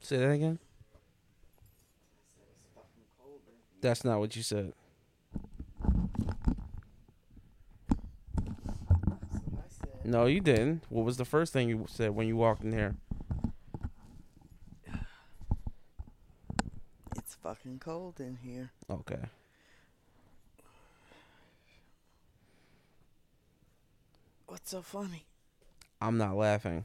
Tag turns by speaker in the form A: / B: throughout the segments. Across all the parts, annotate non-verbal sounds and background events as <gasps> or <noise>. A: Say that again. That's not what you said. No, you didn't. What was the first thing you said when you walked in here?
B: It's fucking cold in here.
A: Okay.
B: What's so funny?
A: I'm not laughing.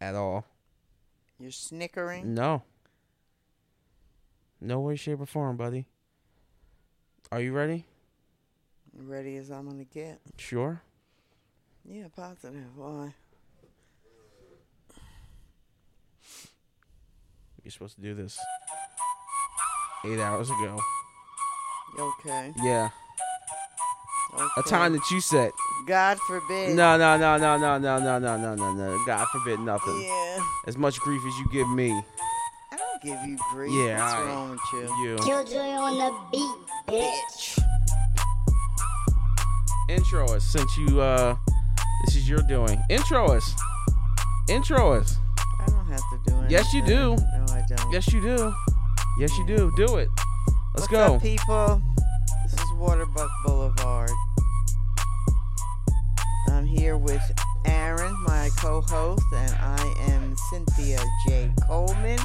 A: At all.
B: You're snickering?
A: No. No way, shape, or form, buddy. Are you ready?
B: Ready as I'm gonna get.
A: Sure.
B: Yeah, positive. Why?
A: You're supposed to do this eight hours ago.
B: Okay.
A: Yeah.
B: okay.
A: A time that you set.
B: God forbid.
A: No, no, no, no, no, no, no, no, no, no, no. God forbid nothing.
B: Yeah.
A: As much grief as you give me.
B: I don't give you grief.
A: Yeah,
B: What's
A: alright.
B: wrong with you?
A: You.
C: Killjoy on the beat, bitch.
B: Bitch.
A: Intro us since you, uh, this is your doing. Intro us. Intro us.
B: I don't have to do anything.
A: Yes, you do.
B: No, I don't.
A: Yes, you do. Yes, you do. Do it. Let's
B: What's
A: go.
B: up, people? This is Waterbuck Boulevard. I'm here with Aaron, my co host, and I am Cynthia J. Coleman.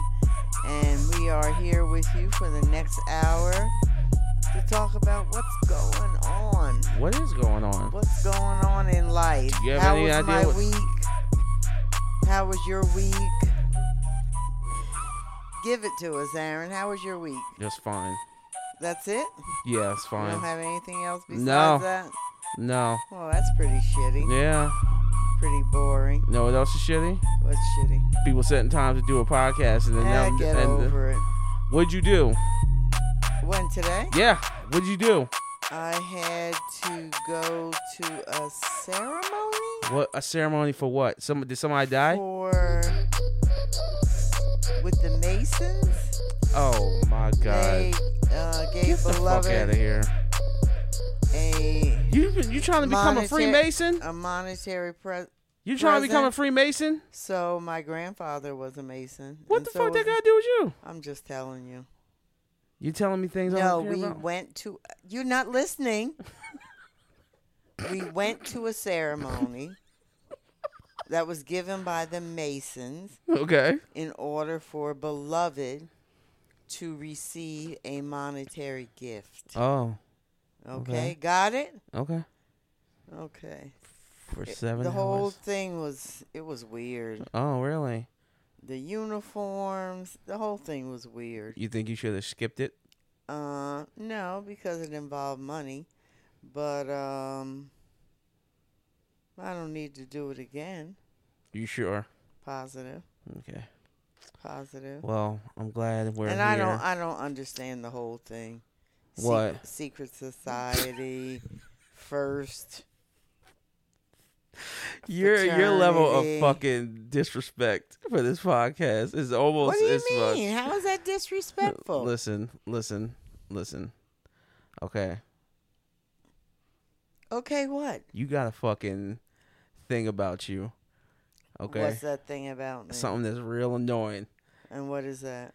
B: And we are here with you for the next hour to talk about what's going on.
A: What is going on?
B: What's going on in life?
A: Do you have
B: How
A: any
B: was
A: idea
B: my
A: what-
B: week? How was your week? Give it to us, Aaron. How was your week?
A: Just fine.
B: That's it?
A: Yeah, it's
B: You
A: fine.
B: don't have anything else besides
A: No.
B: that?
A: No.
B: Well, that's pretty shitty.
A: Yeah.
B: Pretty boring.
A: No, what else is shitty?
B: What's shitty?
A: People setting time to do a podcast and then
B: I
A: them-
B: get
A: and uh,
B: over it.
A: what'd you do?
B: When today?
A: Yeah, what'd you do?
B: I had to go to a ceremony
A: What a ceremony for what? Some did somebody die?
B: for with the Masons.
A: Oh my
B: They
A: god!
B: uh, gave
A: Get the fuck out of
B: beloved
A: here!
B: a
A: You been- you trying to become a
B: Monetary-
A: Freemason?
B: a monetary pre.
A: You trying to become a
B: present.
A: Freemason?
B: So my grandfather was a Mason.
A: What
B: and
A: the
B: so
A: fuck that
B: was-
A: got to do with you?
B: I'm just telling you.
A: You telling me things? I
B: No,
A: don't care
B: we
A: about?
B: went to. You're
A: <laughs>
B: not listening. we went to a ceremony that was given by the Masons
A: <laughs>
B: <laughs>
A: Okay.
B: in order for beloved to receive a monetary gift.
A: Oh,
B: Okay,
A: okay.
B: got it.
A: okay.
B: Okay.
A: For
B: It-
A: seven
B: the whole
A: hours.
B: thing was it was weird.
A: Oh, really?
B: The uniforms, the whole thing was weird.
A: You think you should have skipped it?
B: Uh, no, because it involved money. But um, I don't need to do it again.
A: You sure?
B: Positive,
A: Okay.
B: positive.
A: Well, I'm glad we're
B: and
A: here.
B: I don't, I don't understand the whole thing. Sec-
A: What?
B: secret society first?
A: your your level of
B: fraternity.
A: fucking disrespect for this podcast is almost
B: What do you
A: as much.
B: mean? How is that disrespectful?
A: Listen, listen, listen. Okay,
B: okay, what?
A: you got a fucking thing about you. Okay,
B: What's that thing about me?
A: something that's real annoying.
B: And what
A: <laughs>
B: is that?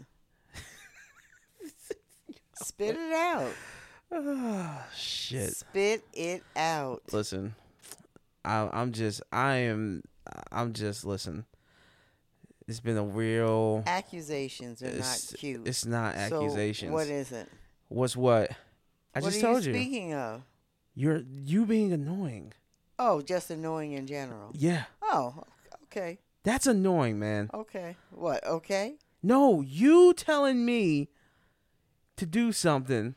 B: Spit it out.
A: Ah, shit.
B: Spit it out.
A: Listen, I, I'm just, I am, I'm just. Listen, it's been a real.
B: Accusations are not
A: it's,
B: cute.
A: it's not
B: So
A: accusations.
B: what is it?
A: What's what? I
B: what
A: just
B: are
A: told
B: you
A: you.
B: speaking of?
A: You're you being annoying.
B: Oh, just annoying in general.
A: Yeah,
B: Oh, okay,
A: that's annoying, man.
B: okay. What? Okay.
A: No, you telling me to do something.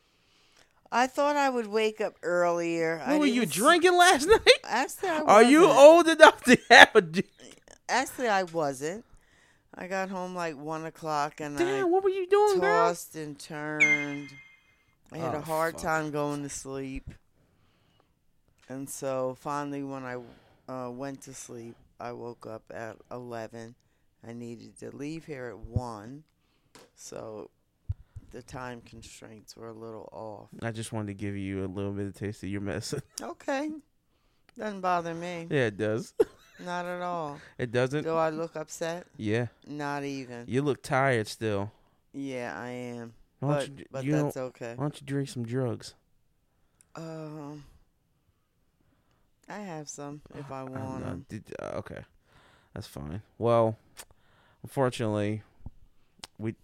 B: I thought I would wake up earlier. I
A: What were you
B: didn't s-
A: drinking last <laughs> night?
B: Actually, I
A: Are you
B: wasn't.
A: old enough to have a drink?
B: Actually, I wasn't. I got home like one o'clock, and
A: Damn, what were you doing,
B: I
A: girl?
B: tossed and turned. I had
A: Oh,
B: a hard
A: fuck.
B: time going to sleep, and so finally, when I uh, went to sleep, I woke up at eleven. I needed to leave here at one, so the time constraints were a little off.
A: I just wanted to give you a little bit of taste of your medicine.
B: Okay, doesn't bother me.
A: <laughs> yeah, it does.
B: Not
A: <laughs>
B: at all.
A: It doesn't.
B: Do I look upset?
A: yeah,
B: Not even.
A: you look tired still.
B: Yeah, I am.
A: Why don't
B: But
A: you,
B: but
A: you
B: that's
A: don't-
B: okay.
A: why don't you drink some drugs?
B: Um, I have some if I
A: Uh,
B: want
A: no,
B: 'em.
A: did- uh, okay, that's fine. Well, unfortunately, we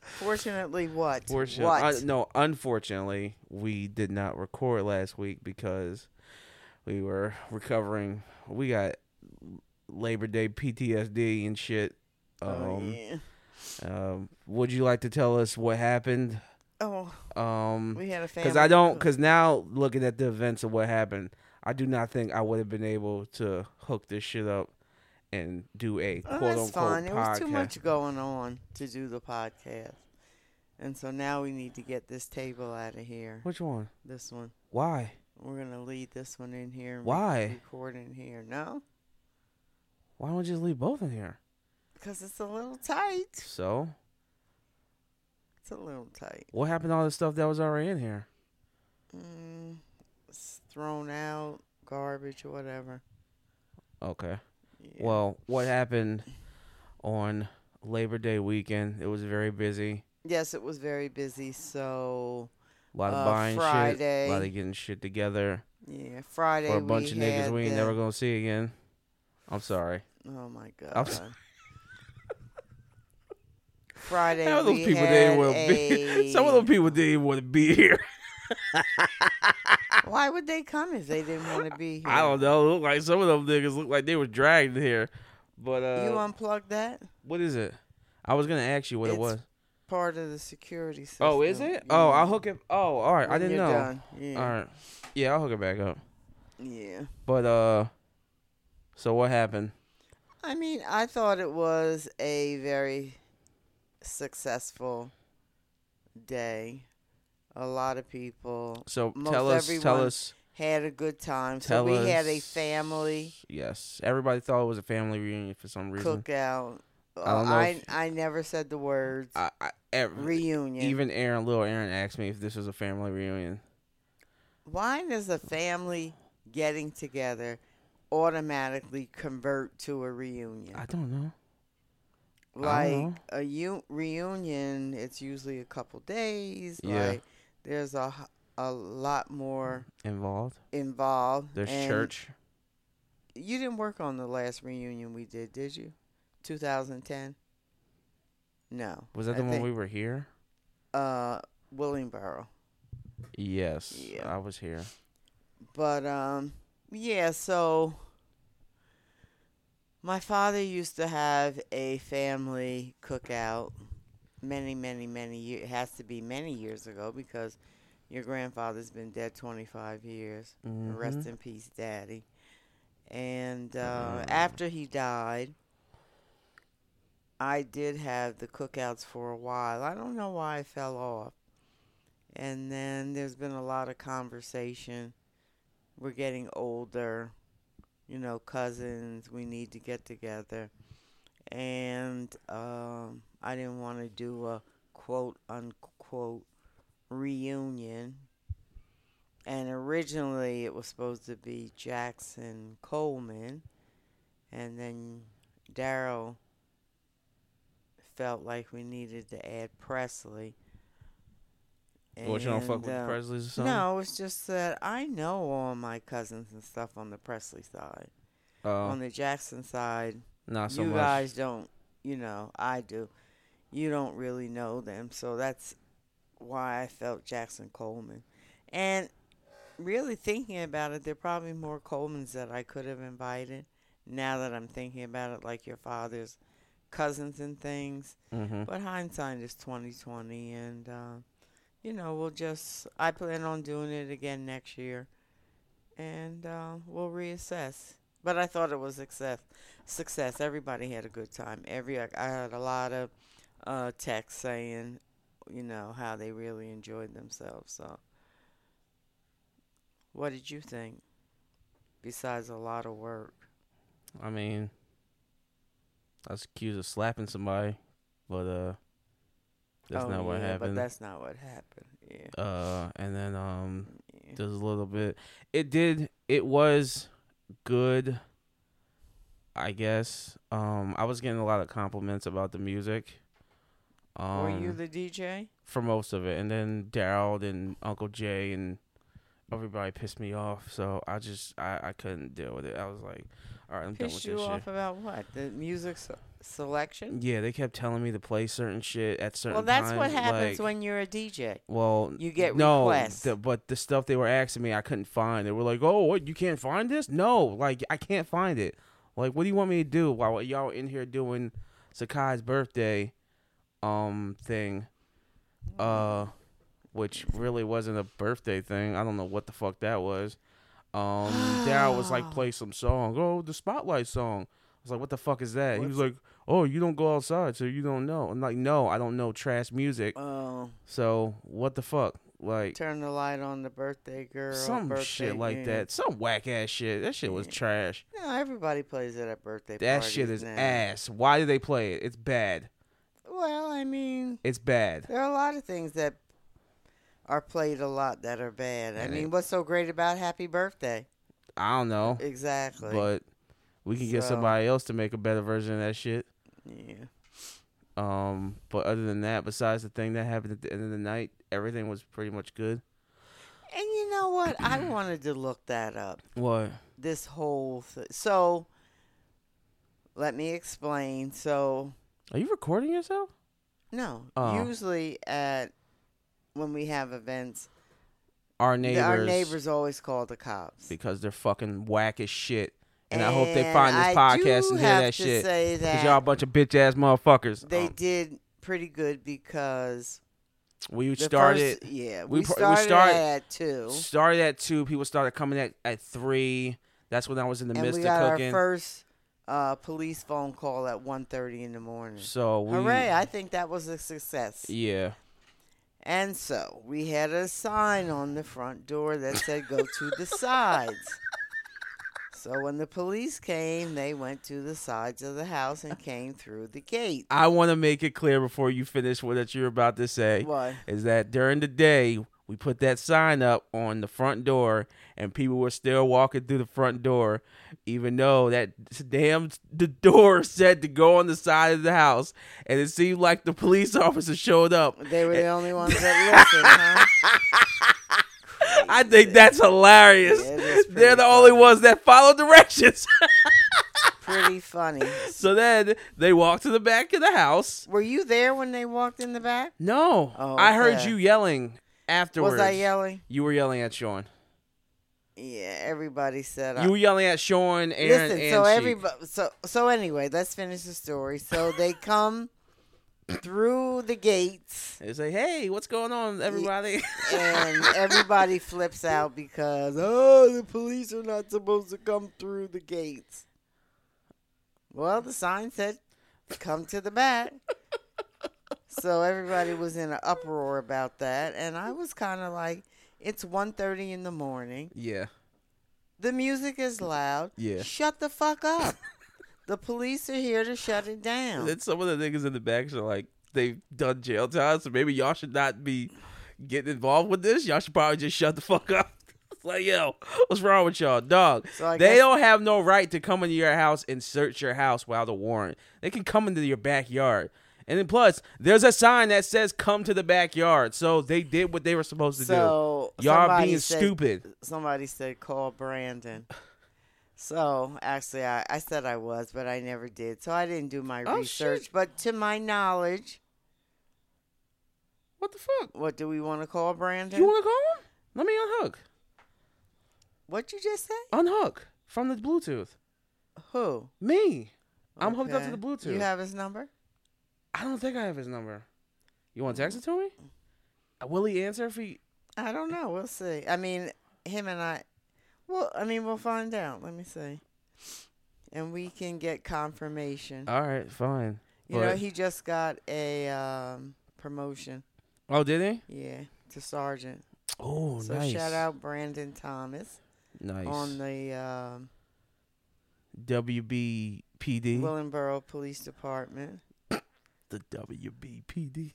B: Fortunately, what?
A: fortunately
B: What?
A: no, unfortunately, we did not record last week because we were recovering. We got Labor Day PTSD and shit. Um,
B: oh, yeah.
A: um, would you like to tell us what happened?
B: oh,
A: Um,
B: we had a family.
A: because I don't. Because now looking at the events of what happened, I do not think I would have been able to hook this shit up and do a
B: Oh,
A: quote
B: that's
A: unquote
B: fine. There was
A: podcast.
B: too much going on to do the podcast, and so now we need to get this table out of here.
A: Which one?
B: This one.
A: Why?
B: We're gonna leave this one in here. And
A: Why?
B: Record in here. No,
A: Why don't we just leave both in here?
B: because it's a little tight.
A: So
B: It's a little tight.
A: what happened to all the stuff that was already in here?
B: Mm, it's thrown out, garbage, or whatever.
A: Okay.
B: Yeah.
A: Well, what happened on Labor Day weekend? It was very busy.
B: Yes, it was very busy. So
A: A lot of
B: Uh,
A: buying shit.
B: Friday.
A: A lot of getting shit together
B: yeah, Friday
A: for a bunch of
B: we
A: niggas
B: had
A: we ain't
B: the-
A: never gonna see again. I'm sorry.
B: Oh my
A: <laughs> I'm
B: god.
A: sorry.
B: Friday
A: Some of
B: we
A: those people
B: had
A: didn't want to be. <laughs>
B: a...
A: Some of those people didn't even want to be here.
B: <laughs>
A: <laughs>
B: Why would they come if they didn't want to be
A: <laughs>
B: here?
A: I don't know. Look like some of them niggas look like they were dragged here. But uh,
B: You unplug that
A: what is it? I was gonna ask you what it
B: It's
A: was.
B: part of the security system.
A: Oh, is it? Oh, I'll hook it. Oh, all right. I
B: When
A: didn't
B: you're
A: know.
B: done. Yeah.
A: All right. Yeah, I'll hook it back up.
B: Yeah.
A: But uh, so what happened?
B: I mean, I thought it was a very successful day. A lot of people
A: So
B: Most
A: tell us. Tell
B: everyone
A: us.
B: had a good time.
A: Tell
B: so we
A: us.
B: had a family
A: Yes. Everybody thought it was a family reunion for some reason.
B: cookout. Uh,
A: I don't know
B: I,
A: if-
B: I never said the words
A: I, I, ev-
B: reunion.
A: even Aaron, little Aaron, asked me if this was a family reunion.
B: Why does a family getting together automatically convert to a reunion?
A: I don't know.
B: like
A: know.
B: a u- reunion, it's usually a couple days.
A: Yeah.
B: Like there's a h- a lot more
A: Involved.
B: involved.
A: There's
B: and
A: church.
B: You didn't work on the last reunion we did, did you? 2010. No.
A: Was that
B: I
A: the one
B: think-
A: we were here?
B: uh Willingboro.
A: Yes,
B: Yeah.
A: I was here.
B: But um yeah, so my father used to have a family cookout many, many, many years. It has to be many years ago because your grandfather's been dead 25 years. Rest
A: Mhm.
B: in peace, Daddy. And uh, after he died, I did have the cookouts for a while. I don't know why I fell off. And then there's been a lot of conversation. We're getting older, you know, cousins, we need to get together. And um, I didn't want to do a quote unquote reunion and originally it was supposed to be Jackson Coleman, and then Daryl felt like we needed to add Presley.
A: What you don't fuck with
B: uh,
A: the Presleys or something?
B: No, it's just that I know all my cousins and stuff on the Presley side.
A: Oh,
B: On the Jackson side,
A: not so
B: Um, you
A: much.
B: guys don't, you know, I do. You don't really know them, so that's why I felt Jackson Coleman. And really thinking about it, there are probably more Colemans that I could have invited. Now that I'm thinking about it, like your father's cousins and things.
A: hmm
B: But hindsight is twenty twenty, and uh, you know we'll just. I plan on doing it again next year, and uh, we'll reassess. But I thought it was success. Success. Everybody had a good time. Every I I had a lot of uh, texts saying, you know, how they really enjoyed themselves. So, what did you think? Besides a lot of work,
A: I mean, I was accused of slapping somebody, but uh, that's
B: Oh,
A: not what
B: yeah,
A: happened.
B: But that's not what happened. Yeah.
A: uh, and then um,
B: yeah.
A: Does a little bit. It did. It was good. I guess. Um, I was getting a lot of compliments about the music. Um,
B: Were you the DJ?
A: for most of it, and then Daryl and Uncle Jay and everybody pissed me off. So I just I, I couldn't deal with it. I was like, all right, I'm done with
B: Pissed you
A: this shit.
B: off about what? The music se- selection?
A: Yeah, they kept telling me to play certain shit at certain.
B: Well, that's what
A: times,
B: happens
A: like-
B: when you're a DJ.
A: Well,
B: You get
A: no,
B: requests.
A: the- but the stuff they were asking me, I couldn't find. They were like, "Oh, what? You can't find this? No, like I can't find it. Like, what do you want me to do while y'all in here doing Sakai's birthday, um, thing, uh, which really wasn't a birthday thing. I don't know what the fuck that was. Um, Daryl was
B: <sighs>
A: like, play some song. Oh, the spotlight song. I was like, what the fuck is that? He was like, oh, you don't go outside, so you don't know. I'm like, no, I don't know trash music.
B: Oh,
A: So what the fuck? Like
B: turn the light on the birthday girl.
A: some
B: birthday
A: shit like
B: man.
A: that. Some whack ass shit. That shit was trash.
B: No, everybody plays it at birthday
A: That
B: parties
A: shit is
B: now.
A: ass. Why do they play it? It's bad.
B: Well, I mean,
A: It's bad.
B: there are a lot of things that are played a lot that are bad. I
A: And
B: mean, what's so great about Happy Birthday?
A: I don't know,
B: Exactly.
A: but we can get
B: So-
A: somebody else to make a better version of that shit.
B: yeah.
A: Um, but other than that, besides the thing that happened at the end of the night, everything was pretty much good.
B: And you know what?
A: <clears throat>
B: I wanted to look that up.
A: What?
B: This whole thing. So, let me explain. So,
A: Are you recording yourself?
B: no.
A: Oh.
B: Usually at when we have events,
A: Our
B: th-
A: neighbors.
B: our neighbors always call the cops.
A: Because they're fucking whack as shit. And, I hope they
B: And
A: find this
B: I
A: podcast
B: do
A: and hear
B: have
A: that
B: to
A: shit.
B: Say
A: Cause
B: that
A: y'all a bunch of bitch ass motherfuckers.
B: they
A: Um,
B: did pretty good because
A: we
B: the
A: started
B: First, yeah,
A: we
B: we,
A: pr- we
B: started,
A: started-
B: at two,
A: started at two. People started coming at at three. That's when I was in the
B: and
A: midst
B: we
A: of
B: got
A: cooking.
B: our first uh, police phone call at 1.30 in the morning.
A: so we,
B: Hooray! I think that was a success.
A: yeah,
B: And so we had a sign on the front door that said "Go to the sides." So when the police came, they went to the sides of the house and came through the gate.
A: I want to make it clear before you finish what that you're about to say
B: What?
A: is that during the day we put that sign up on the front door, and people were still walking through the front door, even though that damn the door <laughs> said to go on the side of the house, and it seemed like the police <laughs> officer showed up.
B: They were the only
A: <laughs>
B: ones that listened, huh?
A: I think that's hilarious.
B: Yeah, it is
A: They're
B: pretty
A: the only
B: funny.
A: ones that follow directions. <laughs>
B: Pretty funny.
A: So then they walk to the back of the house.
B: Were you there when they walked in the back?
A: No,
B: Oh,
A: I heard
B: okay.
A: you yelling afterwards.
B: Was I yelling?
A: You were yelling at Sean.
B: Yeah, everybody said.
A: You were yelling at Sean,
B: I,
A: Aaron,
B: listen,
A: and
B: so
A: Sheik.
B: everybody, so so anyway, let's finish the story. So they come through the gates,
A: They say, "Hey, what's going on, everybody?" <laughs>
B: and everybody flips out because oh, the police are not supposed to come through the gates. Well, the sign said, "Come to the back." So everybody was in an uproar about that, and I was kind of like, "It's 1.30 in the morning.
A: yeah,
B: The music is loud.
A: Yeah.
B: Shut the fuck up. the police are here to shut it down.
A: then some of the niggas in the back are like, "They've done jail time, so maybe y'all should not be getting involved with this. Y'all should probably just shut the fuck up." <laughs> It's like, yo, what's wrong with y'all, dog?
B: So I
A: they
B: guess-
A: don't have no right to come into your house and search your house without a warrant. They can come into your backyard. And then plus, there's a sign that says "Come to the backyard," so they did what they were supposed to
B: so
A: do. Y'all
B: somebody
A: being
B: said-
A: stupid.
B: Somebody said call Brandon. So actually, I, I said I was, but I never did. So I didn't do my
A: Oh,
B: research.
A: shit.
B: But to my knowledge,
A: What the fuck?
B: what do we want to call Brandon?
A: You want to call him? Let me unhook.
B: what you just say?
A: Unhook from the Bluetooth.
B: Who?
A: Me. I'm hooked up to the
B: Okay.
A: Bluetooth.
B: You have his number?
A: I don't think I have his number. You want to text it to me? Uh, Will he answer if he?
B: I don't know. We'll see. I mean, him and I. Well, I mean, we'll find out. Let me see, and we can get confirmation.
A: All right, fine.
B: you know,
A: Uh, but-
B: he just got a um, promotion.
A: Oh, did he?
B: Yeah, to sergeant.
A: Oh,
B: so
A: nice.
B: shout out Brandon Thomas
A: Nice.
B: on the um,
A: WBPD.
B: Willenboro Police Department.
A: the WBPD.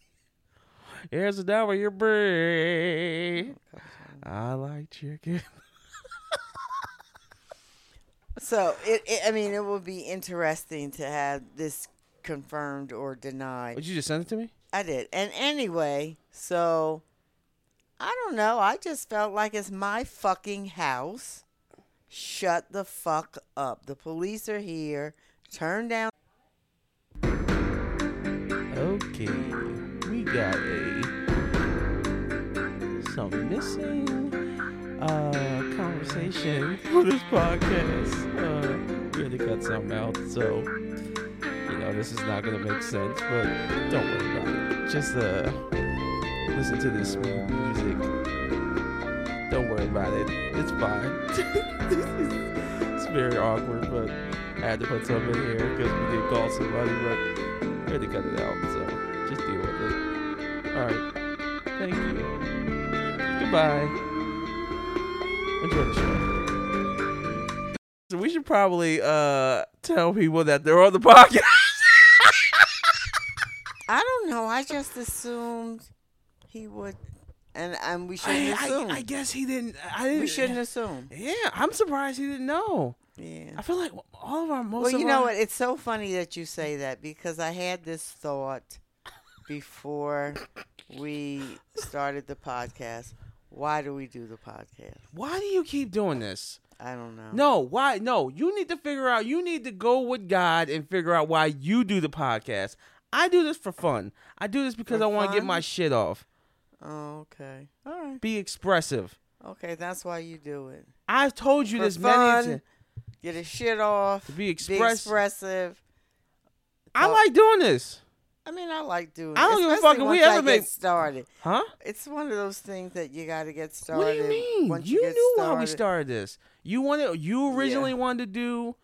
A: Here's a dollar your bread.
B: Couple times.
A: I like
B: <laughs>
A: chicken.
B: So it, it, I mean, it would be interesting to have this confirmed or
A: Would
B: denied.
A: you just send it to me?
B: I did, and anyway, so I don't know. I just felt like it's my fucking house. Shut the fuck up. The police are here. Turn down.
A: Okay, we got a some missing uh conversation for this podcast. Uh, we had to cut something out, so you know this is not gonna make sense, but don't worry about it. Just uh, listen to this smooth music. Don't worry about it. It's fine. <laughs> it's very awkward, but I had to put something in here because we did call somebody, but. I had to cut it out, so just deal with it. Alright. Thank you. Goodbye. Enjoy the show. So we should probably uh tell people that they're on the <laughs> podcast.
B: I don't know. I just assumed he would, and and we shouldn't assume.
A: guess he didn't I didn't
B: we shouldn't assume.
A: Yeah, I'm surprised he didn't know.
B: Yeah.
A: I feel like all of our most
B: Well,
A: of
B: you know
A: our-
B: what? It's so funny that you say that because I had this thought before we started the podcast. Why do we do the podcast?
A: why do you keep doing this?
B: I don't know.
A: No, why? No, you need to figure out. You need to go with God and figure out why you do the podcast. I do this for fun. I do this because
B: For
A: I want to get
B: fun?
A: my shit off.
B: Oh, okay. All right.
A: Be expressive.
B: Okay, that's why you do it.
A: I've told you
B: For
A: this many
B: fun,
A: times.
B: Get a shit off.
A: To be express-
B: expressive.
A: I
B: Oh.
A: like doing this,
B: I mean, I like doing.
A: I don't
B: it,
A: give a
B: especially
A: fuck if we
B: once I
A: ever
B: get
A: make-
B: started.
A: huh?
B: It's one of those things that you got to get started.
A: What do you mean?
B: once
A: You
B: get
A: knew why we
B: started.
A: started this. You wanted. You originally wanted to do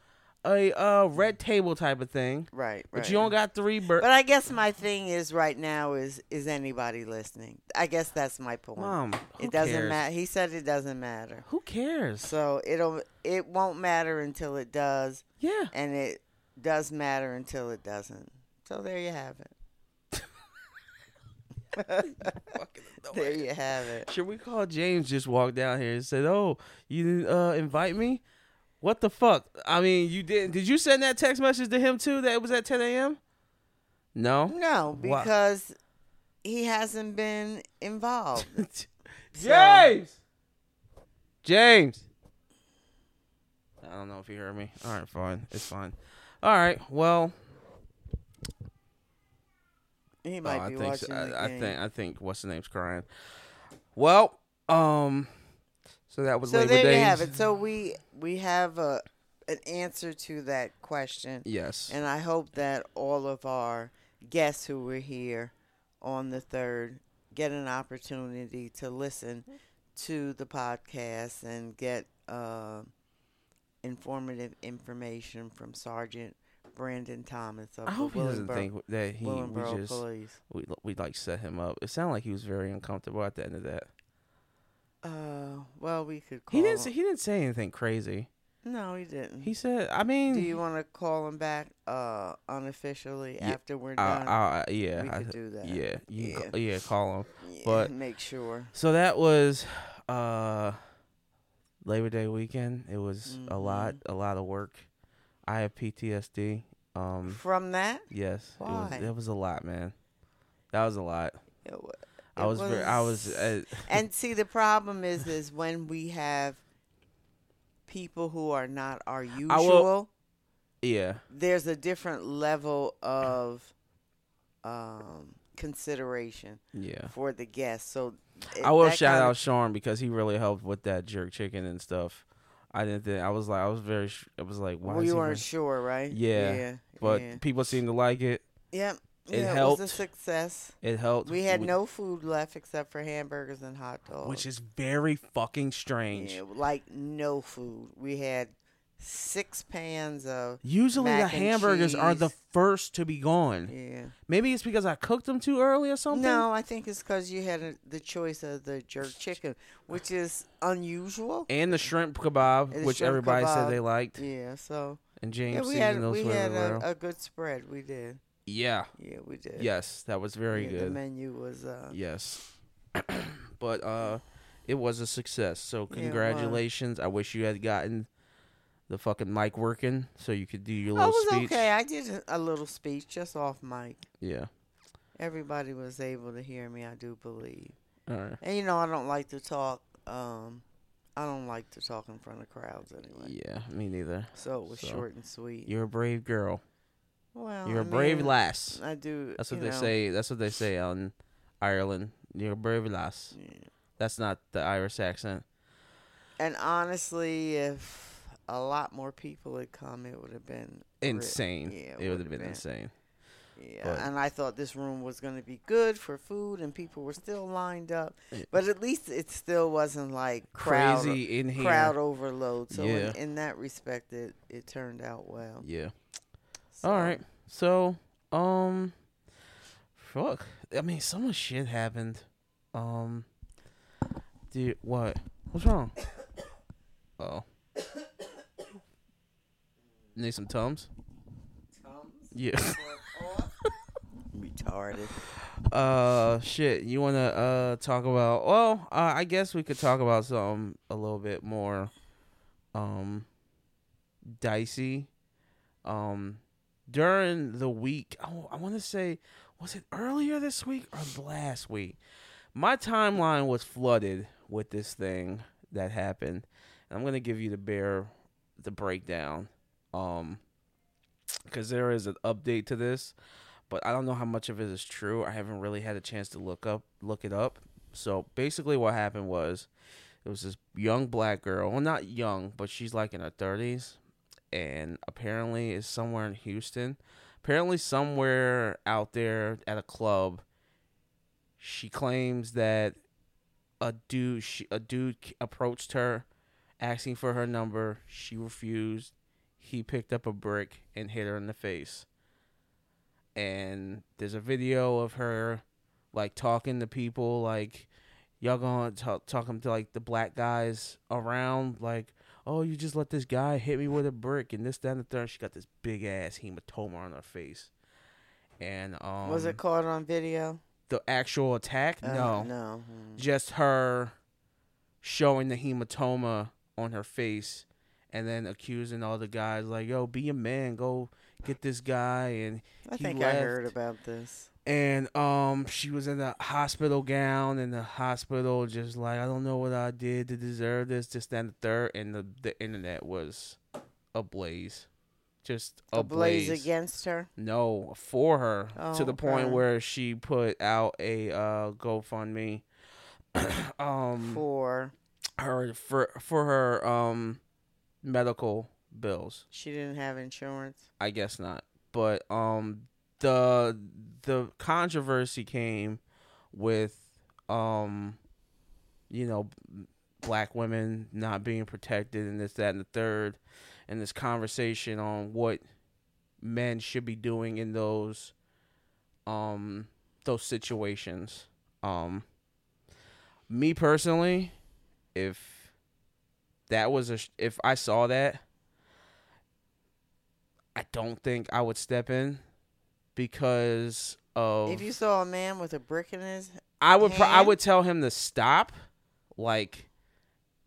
A: a uh, red table type of thing,
B: Right, right.
A: but you don't got three. Bur-
B: But I guess my thing is right now is is anybody listening? I guess that's my point.
A: Mom, who
B: it doesn't
A: cares?
B: matter. He said it doesn't matter.
A: Who cares?
B: So it'll it won't matter until it does,
A: Yeah.
B: and it does matter until it doesn't. So there you have it.
A: Oh
B: there you have it.
A: Should we call James just walked down here and said, "Oh, you didn't uh, invite me? What the fuck? I mean, you didn't. Did you send that text message to him too? That it was at 10 a.m. No. <laughs>
B: No,
A: Why?
B: because he hasn't been involved.
A: James. James. I don't know if he heard me. All right, fine. It's fine. All right. Well,
B: He
A: oh,
B: might
A: I
B: be
A: think
B: watching
A: so.
B: the
A: I, I
B: game.
A: think I think what's the name's crying. Well, um, so that was
B: So
A: Labor
B: there
A: Day.
B: you have it. So we we have a an answer to that question,
A: Yes.
B: and I hope that all of our guests who were here on the third get an opportunity to listen to the podcast and get uh, informative information from Sergeant Brandon Thomas of
A: I hope
B: the
A: he doesn't
B: Willingboro,
A: think that he we
B: Willingboro
A: just
B: Police.
A: we we like set him up. It sounded like he was very uncomfortable at the end of that.
B: Uh, well, we could call.
A: He didn't say,
B: him.
A: he didn't say anything crazy.
B: No, he didn't.
A: He said, I mean,
B: Do you want to call him back uh, unofficially
A: Yeah,
B: after we're
A: I,
B: done?
A: I, I- yeah,
B: we
A: I-
B: could do that.
A: yeah, you yeah.
B: Yeah.
A: Call, yeah, call him.
B: Yeah,
A: but-
B: make sure.
A: So that was uh Labor Day weekend. It was a lot,
B: Mm-hmm.
A: a lot of work. I have PTSD. Um,
B: From that,
A: yes,
B: Why?
A: it was. It was a lot, man. That was a lot.
B: it wa-
A: I
B: it
A: was, very, I was, uh,
B: and see, the problem is, is when we have people who are not our usual.
A: will- <laughs> yeah,
B: there's a different level of um, consideration
A: yeah.
B: for the guests. So it-
A: I will
B: that
A: shout
B: kind of-
A: out Sean because he really helped with that jerk chicken and stuff. I didn't think I was like I was very sh- I was like why
B: Well,
A: is
B: you
A: he
B: weren't
A: bring-
B: sure, right?
A: Yeah,
B: yeah
A: but
B: yeah.
A: people seemed to like it.
B: Yep.
A: It
B: yeah, It
A: helped.
B: was a success.
A: It helped.
B: We had no food left except for hamburgers and hot dogs.
A: which is very fucking strange.
B: Yeah, like no food. We had six pans of
A: Usually the
B: Mac and
A: hamburgers are the
B: cheese.
A: first to be gone.
B: yeah.
A: Maybe it's because I cooked them too early or something.
B: No, I think it's because you had a, the choice of the jerk chicken, which is unusual.
A: And the shrimp kebab,
B: And the
A: which
B: shrimp
A: everybody said
B: kebab.
A: they liked,
B: Yeah, so
A: and
B: yeah,
A: James
B: we
A: seasoned
B: had
A: those
B: we
A: with
B: had
A: oil.
B: a, a good spread. We did.
A: yeah,
B: Yeah, we did.
A: yes, that was very
B: Yeah, The
A: good.
B: menu was uh,
A: Yes. <clears throat> but uh It was a success. So
B: was.
A: congratulations. I wish you had gotten the fucking mic working so you could do your
B: I
A: little
B: Oh, was
A: speech.
B: okay. I did a- a little speech just off mic.
A: Yeah.
B: Everybody was able to hear me, I do believe.
A: All right.
B: And you know, I don't like to talk. Um, I don't like to talk in front of crowds anyway.
A: Yeah, me neither.
B: So it was
A: So,
B: short and sweet.
A: You're a brave girl.
B: well,
A: You're
B: Oh, I
A: a brave
B: mean,
A: lass.
B: I do.
A: That's what
B: you
A: they
B: know,
A: say. That's what they say out in Ireland. You're a brave lass.
B: yeah.
A: That's not the Irish accent.
B: And honestly, if a lot more people had come, it would have been ri-
A: Insane.
B: yeah,
A: it would have been insane.
B: Yeah,
A: but-
B: and I thought this room was going to be good for food, and people were still lined up.
A: Yeah.
B: But at least it still wasn't like crowd
A: Crazy in here.
B: crowd overload. So
A: Yeah.
B: in, in that respect, it, it turned out well.
A: Yeah.
B: So,
A: All
B: <laughs>
A: right. So, um, fuck. I mean, so much shit happened. Um, dude, what? What's wrong? Oh. Need some tums? Yeah.
B: Retarded.
A: Uh, shit. You wanna uh talk about? Well, uh, I guess we could talk about something a little bit more, um, dicey. Um, during the week, oh, I want to say, was it earlier this week or last week? My timeline was flooded with this thing that happened, and I'm gonna give you the bare, the breakdown, um, because there is an update to this but I don't know how much of it is true. I haven't really had a chance to look up look it up. So basically what happened was it was this young black girl, well not young, but she's like in her 30s and apparently is somewhere in Houston. Apparently somewhere out there at a club she claims that a dude she, a dude k- approached her asking for her number. She refused. He picked up a brick and hit her in the face and there's a video of her like talking to people like y'all gonna talk talking to like the black guys around like oh you just let this guy hit me with a brick and this that and the third she got this big ass hematoma on her face and um
B: was it caught on video?
A: the actual attack
B: Uh,
A: no
B: No. Mm.
A: just her showing the hematoma on her face and then accusing all the guys like yo be a man go get this guy and
B: I
A: he
B: think I
A: left.
B: heard about this.
A: and um she was in a hospital gown in the hospital just like i don't know what i did to deserve this this that and the third and the, the internet was ablaze just ablaze,
B: Ablaze against her.
A: no for her to
B: Oh,
A: the point
B: okay.
A: where she put out a uh gofundme <clears throat> um
B: For
A: her for for her um medical bills
B: she didn't have insurance.
A: I guess not. But um the the controversy came with um you know black women not being protected and this that and the third and this conversation on what men should be doing in those um those situations um me personally if that was a sh- if i saw that i don't think i would step in because of
B: If you saw a man with a brick in his
A: i would pro- i
B: hand-
A: would tell him to stop like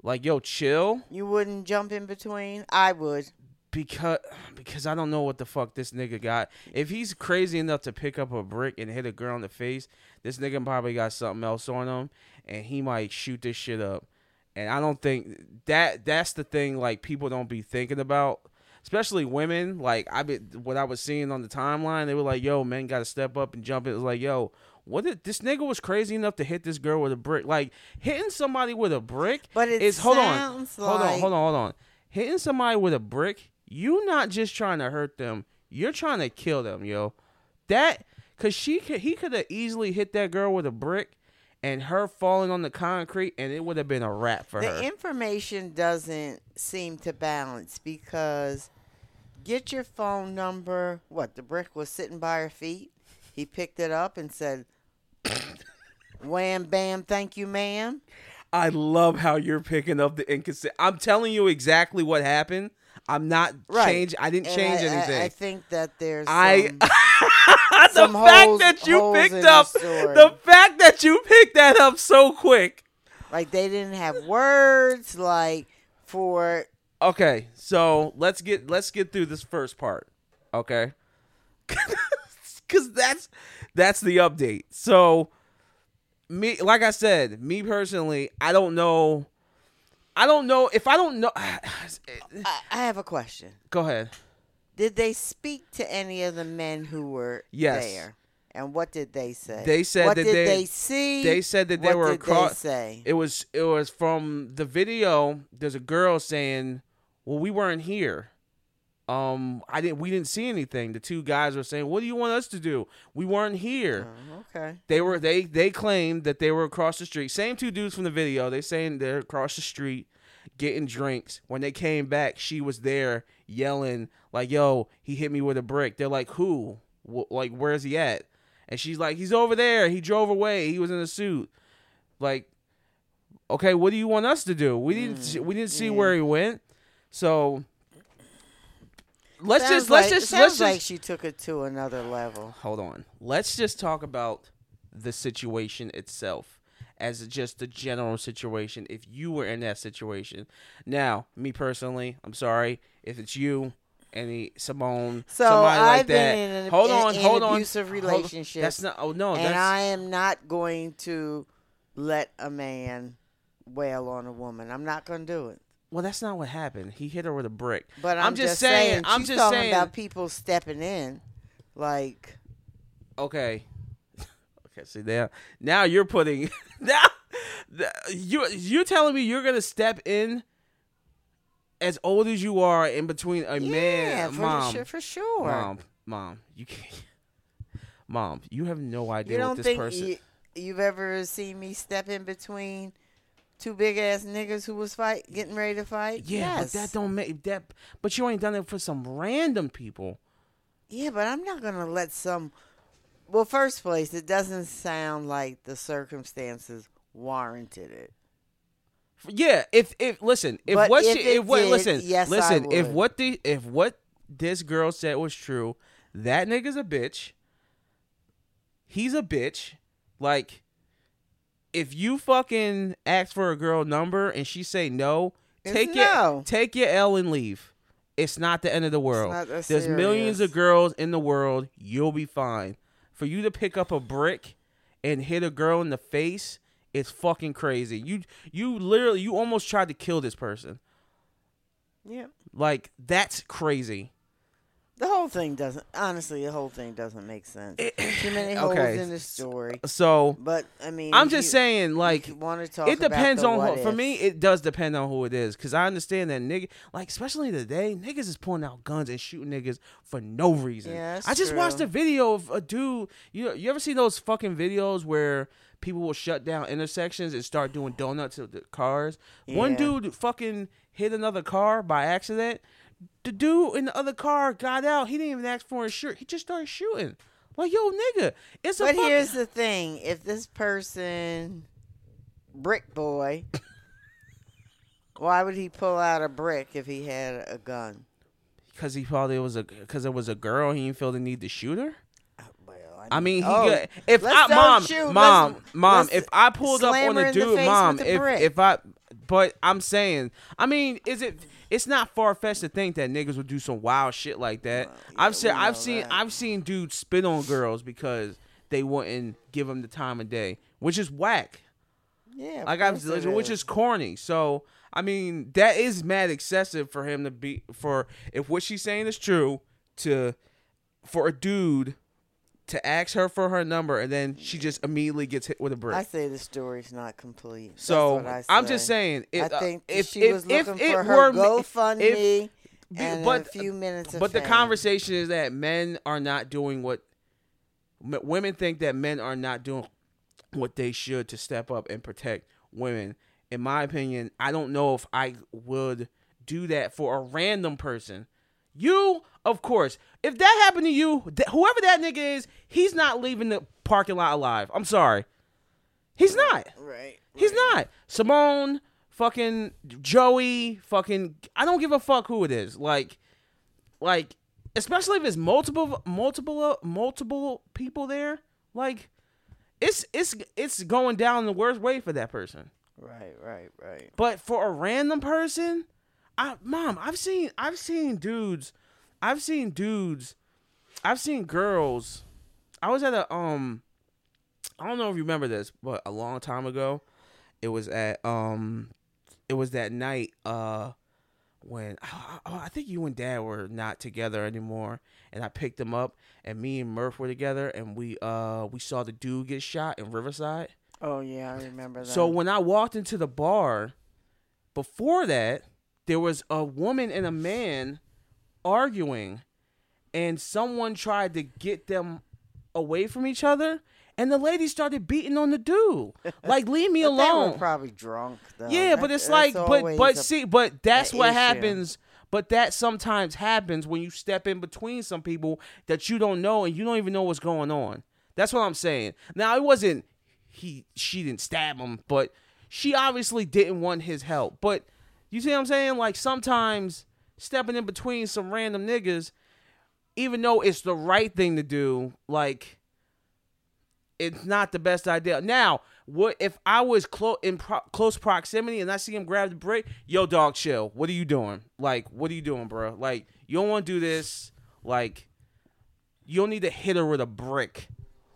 A: like yo chill
B: You wouldn't jump in between? I would.
A: because because I don't know what the fuck this nigga got. If he's crazy enough to pick up a brick and hit a girl in the face, this nigga probably got something else on him, and he might shoot this shit up. And I don't think that that's the thing. Like people don't be thinking about, especially women. Like I been what I was seeing on the timeline, they were like, "Yo, men got to step up and jump." in." It was like, "Yo." What did, this nigga was crazy enough to hit this girl with a brick. Like hitting somebody with a brick
B: But it
A: is hold on,
B: sounds
A: hold on,
B: like-
A: hold on, hold on. Hitting somebody with a brick, you not just trying to hurt them, you're trying to kill them, yo. That because she could, he could have easily hit that girl with a brick, and her falling on the concrete, and it would have been a wrap for her.
B: The information doesn't seem to balance because get your phone number. What, the brick was sitting by her feet? He picked it up
A: <laughs>
B: and said, Wham, bam, thank you, ma'am.
A: I love how you're picking up the inconsistent. I'm telling you exactly what happened. I'm not
B: Right.
A: change. I didn't
B: And
A: change
B: I- I- I,
A: anything.
B: think that there's.
A: I- <laughs> the
B: some- some
A: fact
B: holes-
A: that you
B: holes in
A: picked
B: the
A: up
B: story.
A: the fact that you picked that up so quick
B: Like they didn't have words like for
A: Okay, so let's get let's get through this first part. Okay. <laughs> Cuz that's that's the update. So me like I said, me personally, I don't know I don't know if I don't know <sighs>
B: I, I have a question.
A: Go ahead.
B: Did they speak to any of the men who were
A: Yes.
B: there? And what did they say?
A: They said
B: what
A: that
B: did
A: they-
B: they, see.
A: they said that they
B: what
A: were
B: did
A: across-
B: They say
A: It was it was from the video. There's a girl saying, "Well, we weren't here. Um, I didn't. We didn't see anything." The two guys were saying, "What do you want us to do? We weren't here."
B: Oh, okay.
A: They were they they claimed that they were across the street. Same two dudes from the video. They saying they're across the street getting drinks. When they came back, she was there yelling like, "Yo, he hit me with a brick." They're like, "Who? Wh- like, where's he at?" And she's like, "He's over there. He drove away. He was in a suit." Like, okay, what do you want us to do? We didn't
B: Mm.
A: see- we didn't see where he went. So let's
B: Sounds
A: just let's
B: like-
A: just
B: sounds
A: let's
B: like
A: just
B: she took it to another level.
A: hold on. Let's just talk about the situation itself as just the general situation. If you were in that situation, now me personally, I'm sorry if it's you, any Simone,
B: So
A: somebody like
B: I've been
A: that.
B: in an-
A: hold
B: in-
A: on,
B: in
A: hold on.
B: abusive
A: Hold on.
B: relationships,
A: That's not. Oh no,
B: and
A: that's
B: I am not going to let a man wail on a woman. I'm not going to do it.
A: well, that's not what happened. He hit her with a brick.
B: But I'm,
A: just saying. I'm
B: she's
A: just
B: talking
A: saying.
B: about people stepping in, like
A: okay. Okay, see now, now you're putting <laughs> now the- you you're telling me you're gonna step in as old as you are in between a
B: yeah,
A: man,
B: for
A: mom,
B: sure, for sure.
A: mom, mom. You can't, mom. You have no idea
B: you
A: what
B: don't
A: this
B: think
A: person.
B: you, you've ever seen me step in between two big ass niggas who was fight getting ready to fight?
A: yeah,
B: yes.
A: but that don't make that. But you ain't done it for some random people.
B: Yeah, but I'm not gonna let some. Well, first place, it doesn't sound like the circumstances warranted it.
A: Yeah, if if listen, if
B: But
A: what
B: if
A: she,
B: it
A: if what
B: did,
A: listen,
B: yes, I
A: listen, if
B: would.
A: what the if what this girl said was true, that nigga's a bitch. He's a bitch. Like if you fucking ask for a girl number and she say no,
B: It's
A: take
B: no.
A: your take your L and leave. It's not the end of the world.
B: not
A: There's
B: that
A: millions
B: serious.
A: of girls in the world. You'll be fine. For you to pick up a brick and hit a girl in the face it's fucking crazy. You you literally you almost tried to kill this person.
B: Yeah,
A: Like that's crazy.
B: the whole thing doesn't. Honestly, the whole thing doesn't make sense. Too many holes
A: Eh, Okay.
B: in the story.
A: So
B: But I mean,
A: I'm
B: if
A: just
B: you-
A: saying
B: <laughs>
A: like
B: you wanna talk
A: it
B: about
A: depends
B: the
A: on
B: what
A: who, for me
B: ifs.
A: it does depend on who it is cuz I understand that nigga like especially today niggas is pulling out guns and shooting niggas for no reason.
B: Yeah, that's
A: I just
B: true.
A: watched a video of a dude you you ever see those fucking videos where people will shut down intersections and start doing donuts to the cars? One
B: Yeah.
A: dude fucking hit another car by accident. the dude in the other car got out. He didn't even ask for his shirt. He just started shooting. Like, yo, nigga, it's a
B: But
A: fucking-
B: here's the thing: if this person, brick
A: <laughs>
B: boy, why would he pull out a brick if he had a gun?
A: because he probably was a because it was a girl. He didn't feel the need to shoot her.
B: Uh, Well,
A: I mean, he
B: oh,
A: got, if
B: let's
A: I
B: don't
A: mom
B: shoot,
A: mom
B: let's-
A: mom
B: let's
A: if I pulled up
B: slam
A: on
B: her
A: a
B: in the
A: dude
B: face
A: mom
B: with a
A: if
B: brick.
A: if I but I'm saying I mean is it it's not far fetched to think that niggas would do some wild shit like that.
B: yeah,
A: I've said
B: we
A: I've
B: know
A: seen
B: that.
A: I've seen dudes spit on girls because they wouldn't give them the time of day, which is whack.
B: yeah, of
A: Like I'm,
B: course it
A: which is corny. So I mean, that is mad excessive for him to be for if what she's saying is true to for a dude to ask her for her number and then she just immediately gets hit with a brick.
B: I say the story's not complete. That's
A: so
B: what I
A: I'm just
B: say.
A: saying,
B: I
A: if, uh,
B: think that
A: if
B: she
A: if,
B: was
A: if
B: looking
A: it
B: for
A: were
B: her
A: me-
B: GoFundMe
A: be-
B: and
A: but-
B: a few minutes. Of
A: but the
B: fame.
A: conversation is that men are not doing what m- women think that men are not doing what they should to step up and protect women. In my opinion, I don't know if I would do that for a random person. You, of course, if that happened to you, th- whoever that nigga is, he's not leaving the parking lot alive. I'm sorry. He's not.
B: right?
A: He's not. Simone, fucking Joey, fucking I don't give a fuck who it is. Like like especially if it's multiple multiple multiple people there, like it's it's it's going down the worst way for that person.
B: Right, right, right.
A: But for a random person, I mom, I've seen I've seen dudes, I've seen dudes, I've seen girls. I was at a um I don't know if you remember this, but a long time ago, it was at um it was that night uh when oh, I think you and dad were not together anymore and I picked him up and me and Murph were together and we uh we saw the dude get shot in Riverside.
B: Oh yeah, I remember that.
A: So when I walked into the bar, before that, there was a woman and a man arguing, and someone tried to get them away from each other, and the lady started beating on the
B: <laughs>
A: dude. Like, leave me
B: But They
A: alone.
B: were probably drunk though.
A: yeah,
B: That-
A: but it's like,
B: that's
A: but
B: always
A: but
B: a-
A: see, but that's
B: a
A: what
B: issue.
A: happens. But that sometimes happens when you step in between some people that you don't know and you don't even know what's going on. That's what I'm saying. Now it wasn't he she didn't stab him, but she obviously didn't want his help. But you see what I'm saying? Like sometimes stepping in between some random niggas, even though it's the right thing to do, like it's not the best idea. Now, what if I was close in pro- close proximity and I see him grab the brake? Yo, dog, chill. What are you doing? Like, what are you doing, bro? Like, you don't want to do this. Like, you don't need to hit her with a brick.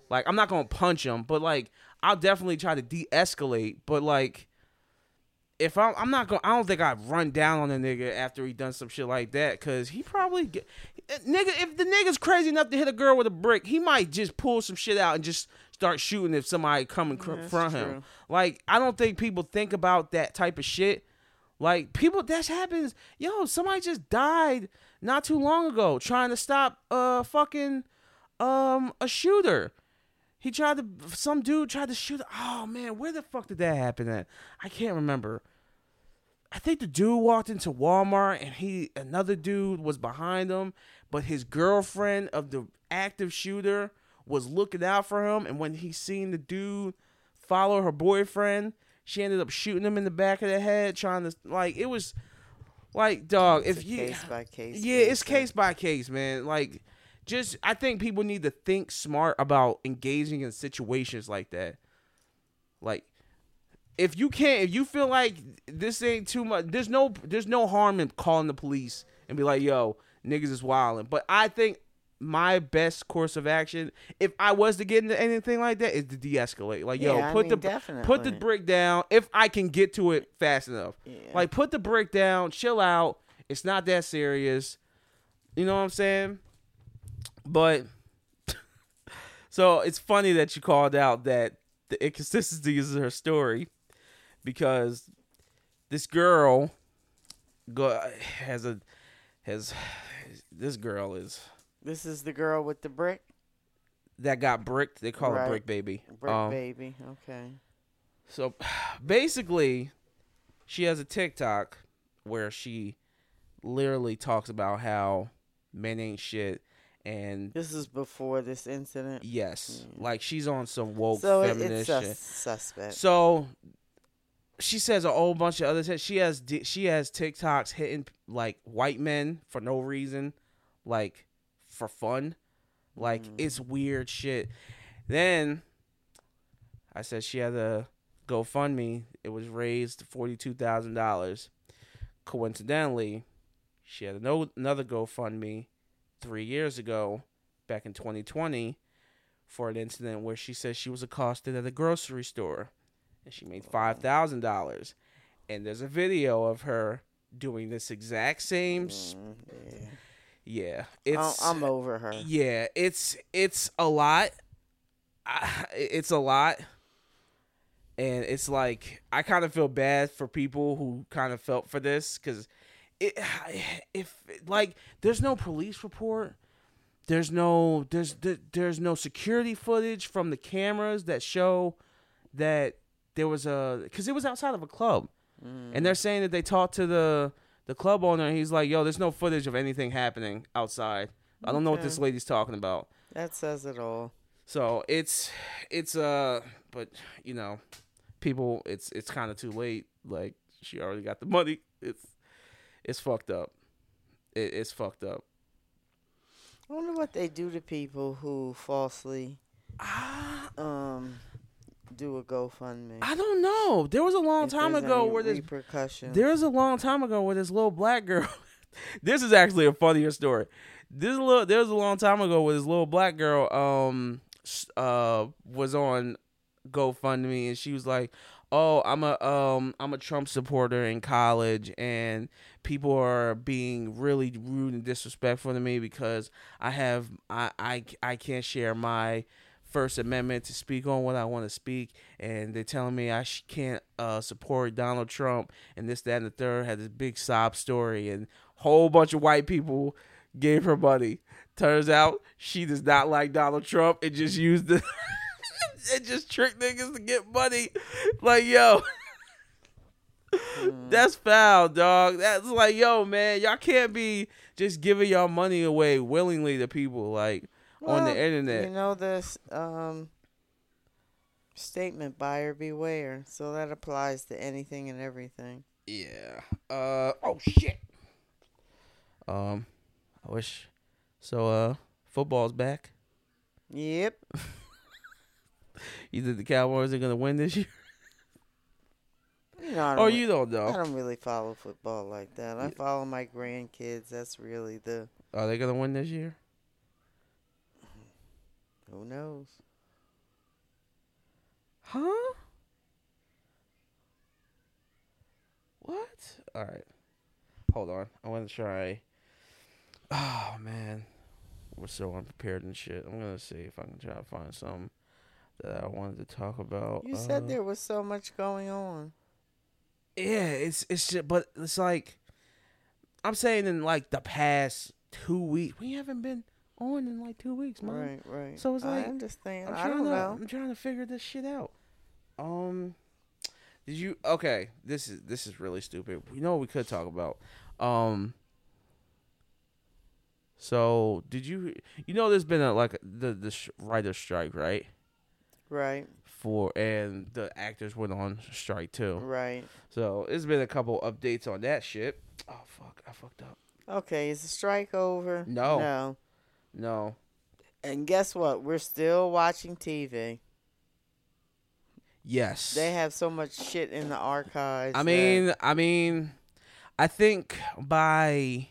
A: Like, I'm not gonna punch him, but like, I'll definitely try to de-escalate. But like, if I'm, I'm not gonna, I don't think I'd run down on a nigga after he done some shit like that, cause he probably get, eh, nigga. If the nigga's crazy enough to hit a girl with a brick, he might just pull some shit out and just start shooting if somebody come and cr-
B: That's
A: front him.
B: true.
A: Like, I don't think people think about that type of shit. Like people, that happens. Yo, somebody just died not too long ago trying to stop uh fucking um a shooter. He tried to some dude tried to shoot. Oh man, where the fuck did that happen at? I can't remember. I think the dude walked into Walmart and he another dude was behind him, but his girlfriend of the active shooter was looking out for him and when he seen the dude follow her boyfriend, she ended up shooting him in the back of the head trying to like it was like dog
B: It's
A: if
B: a
A: you
B: case by case.
A: yeah,
B: thing,
A: it's
B: so-
A: case by case, man. Like, just I think people need to think smart about engaging in situations like that. Like, if you can't, if you feel like this ain't too much, there's no, there's no harm in calling the police and be like, "Yo, niggas is wilding." But I think my best course of action, if I was to get into anything like that, is to de-escalate. Like,
B: Yeah,
A: yo,
B: I
A: put
B: mean,
A: the put the
B: definitely.
A: brick down. If I can get to it fast enough,
B: Yeah.
A: like put the brick down, chill out. It's not that serious. You know what I'm saying? But <laughs> so it's funny that you called out that the inconsistency is her story because this girl go, has a has this girl is
B: This is the girl with the brick,
A: that got bricked. They call
B: Right.
A: her brick baby.
B: brick
A: Um,
B: baby. Okay.
A: So <sighs> basically, she has a TikTok where she literally talks about how men ain't shit and
B: This is before this incident.
A: yes, like she's on some woke
B: So it-
A: feminist
B: it's a
A: shit.
B: suspect.
A: So she says a whole bunch of other shit. She has di- she has TikToks hitting like white men for no reason, like for fun. Like it's weird shit. Then I said she had a GoFundMe. It was raised forty two thousand dollars. Coincidentally, she had ano- another GoFundMe three years ago, back in twenty twenty, for an incident where she said she was accosted at a grocery store, and she made five thousand dollars. And there's a video of her doing this exact same. s-
B: Mm, yeah.
A: Yeah, it's
B: I- I'm over her.
A: yeah, it's it's a lot. I, it's a lot, and it's like I kind of feel bad for people who kind of felt for this because it <sighs> if like there's no police report, there's no there's there, there's no security footage from the cameras that show that there was a because it was outside of a club,
B: Mm.
A: and they're saying that they talked to the the club owner. and He's like, "Yo, there's no footage of anything happening outside. I don't know what this lady's talking about."
B: That says it all.
A: So it's it's uh, but you know, people, it's it's kind of too late. Like she already got the money. It's it's fucked up. It, it's fucked up.
B: I Ah. wonder what they do to people who falsely um, do a GoFundMe.
A: I don't know. There was a long
B: If
A: time
B: there's
A: ago
B: any
A: where this
B: repercussions.
A: There was a long time ago where this little black girl. <laughs> this is actually a funnier story. This little there was a long time ago where this little black girl um s- uh was on GoFundMe and she was like, "Oh, I'm a um I'm a Trump supporter in college and people are being really rude and disrespectful to me because I have I I I can't share my First Amendment to speak on what I want to speak, and they're telling me I sh- can't uh, support Donald Trump and this, that, and the third. Had this big sob story, and whole bunch of white people gave her money. Turns out she does not like Donald Trump and just used the <laughs> and just tricked niggas to get money. Like yo, that's foul, dog. That's like yo, man, y'all can't be just giving y'all money away willingly to people like on the
B: Well,
A: internet.
B: You know this um, statement: buyer beware. So that applies to anything and everything.
A: Yeah. Uh oh shit. Um I wish so uh football's back.
B: Yep.
A: You think the Cowboys are gonna win this year?
B: You know, I
A: Oh
B: don't
A: you don't
B: I
A: know.
B: don't really follow football like that. I
A: Yeah.
B: follow my grandkids. That's really the
A: Are they gonna win this year?
B: who knows.
A: Huh? What? Alright. Hold on. I wanna try Oh man. We're so unprepared and shit. I'm gonna see if I can try to find something that I wanted to talk about.
B: You
A: Uh,
B: said there was so much going on.
A: Yeah, it's it's just, but it's like I'm saying in like the past two weeks we haven't been on in like two weeks, man.
B: Right, right.
A: So it's like,
B: I understand.
A: I'm
B: I
A: trying
B: don't
A: to
B: know.
A: I'm trying to figure this shit out. Um, did you? Okay, this is this is really stupid. We know what we could talk about. Um. So did you? You know, there's been a like the the sh- writer's strike, right?
B: Right,
A: For and the actors went on strike too.
B: right.
A: So it's been a couple updates on that shit. Oh fuck, I fucked up.
B: Okay, is the strike over?
A: No.
B: No.
A: No.
B: And guess what? We're still watching TV.
A: Yes.
B: They have so much shit in the archives.
A: I
B: that-
A: mean, I mean, I think by,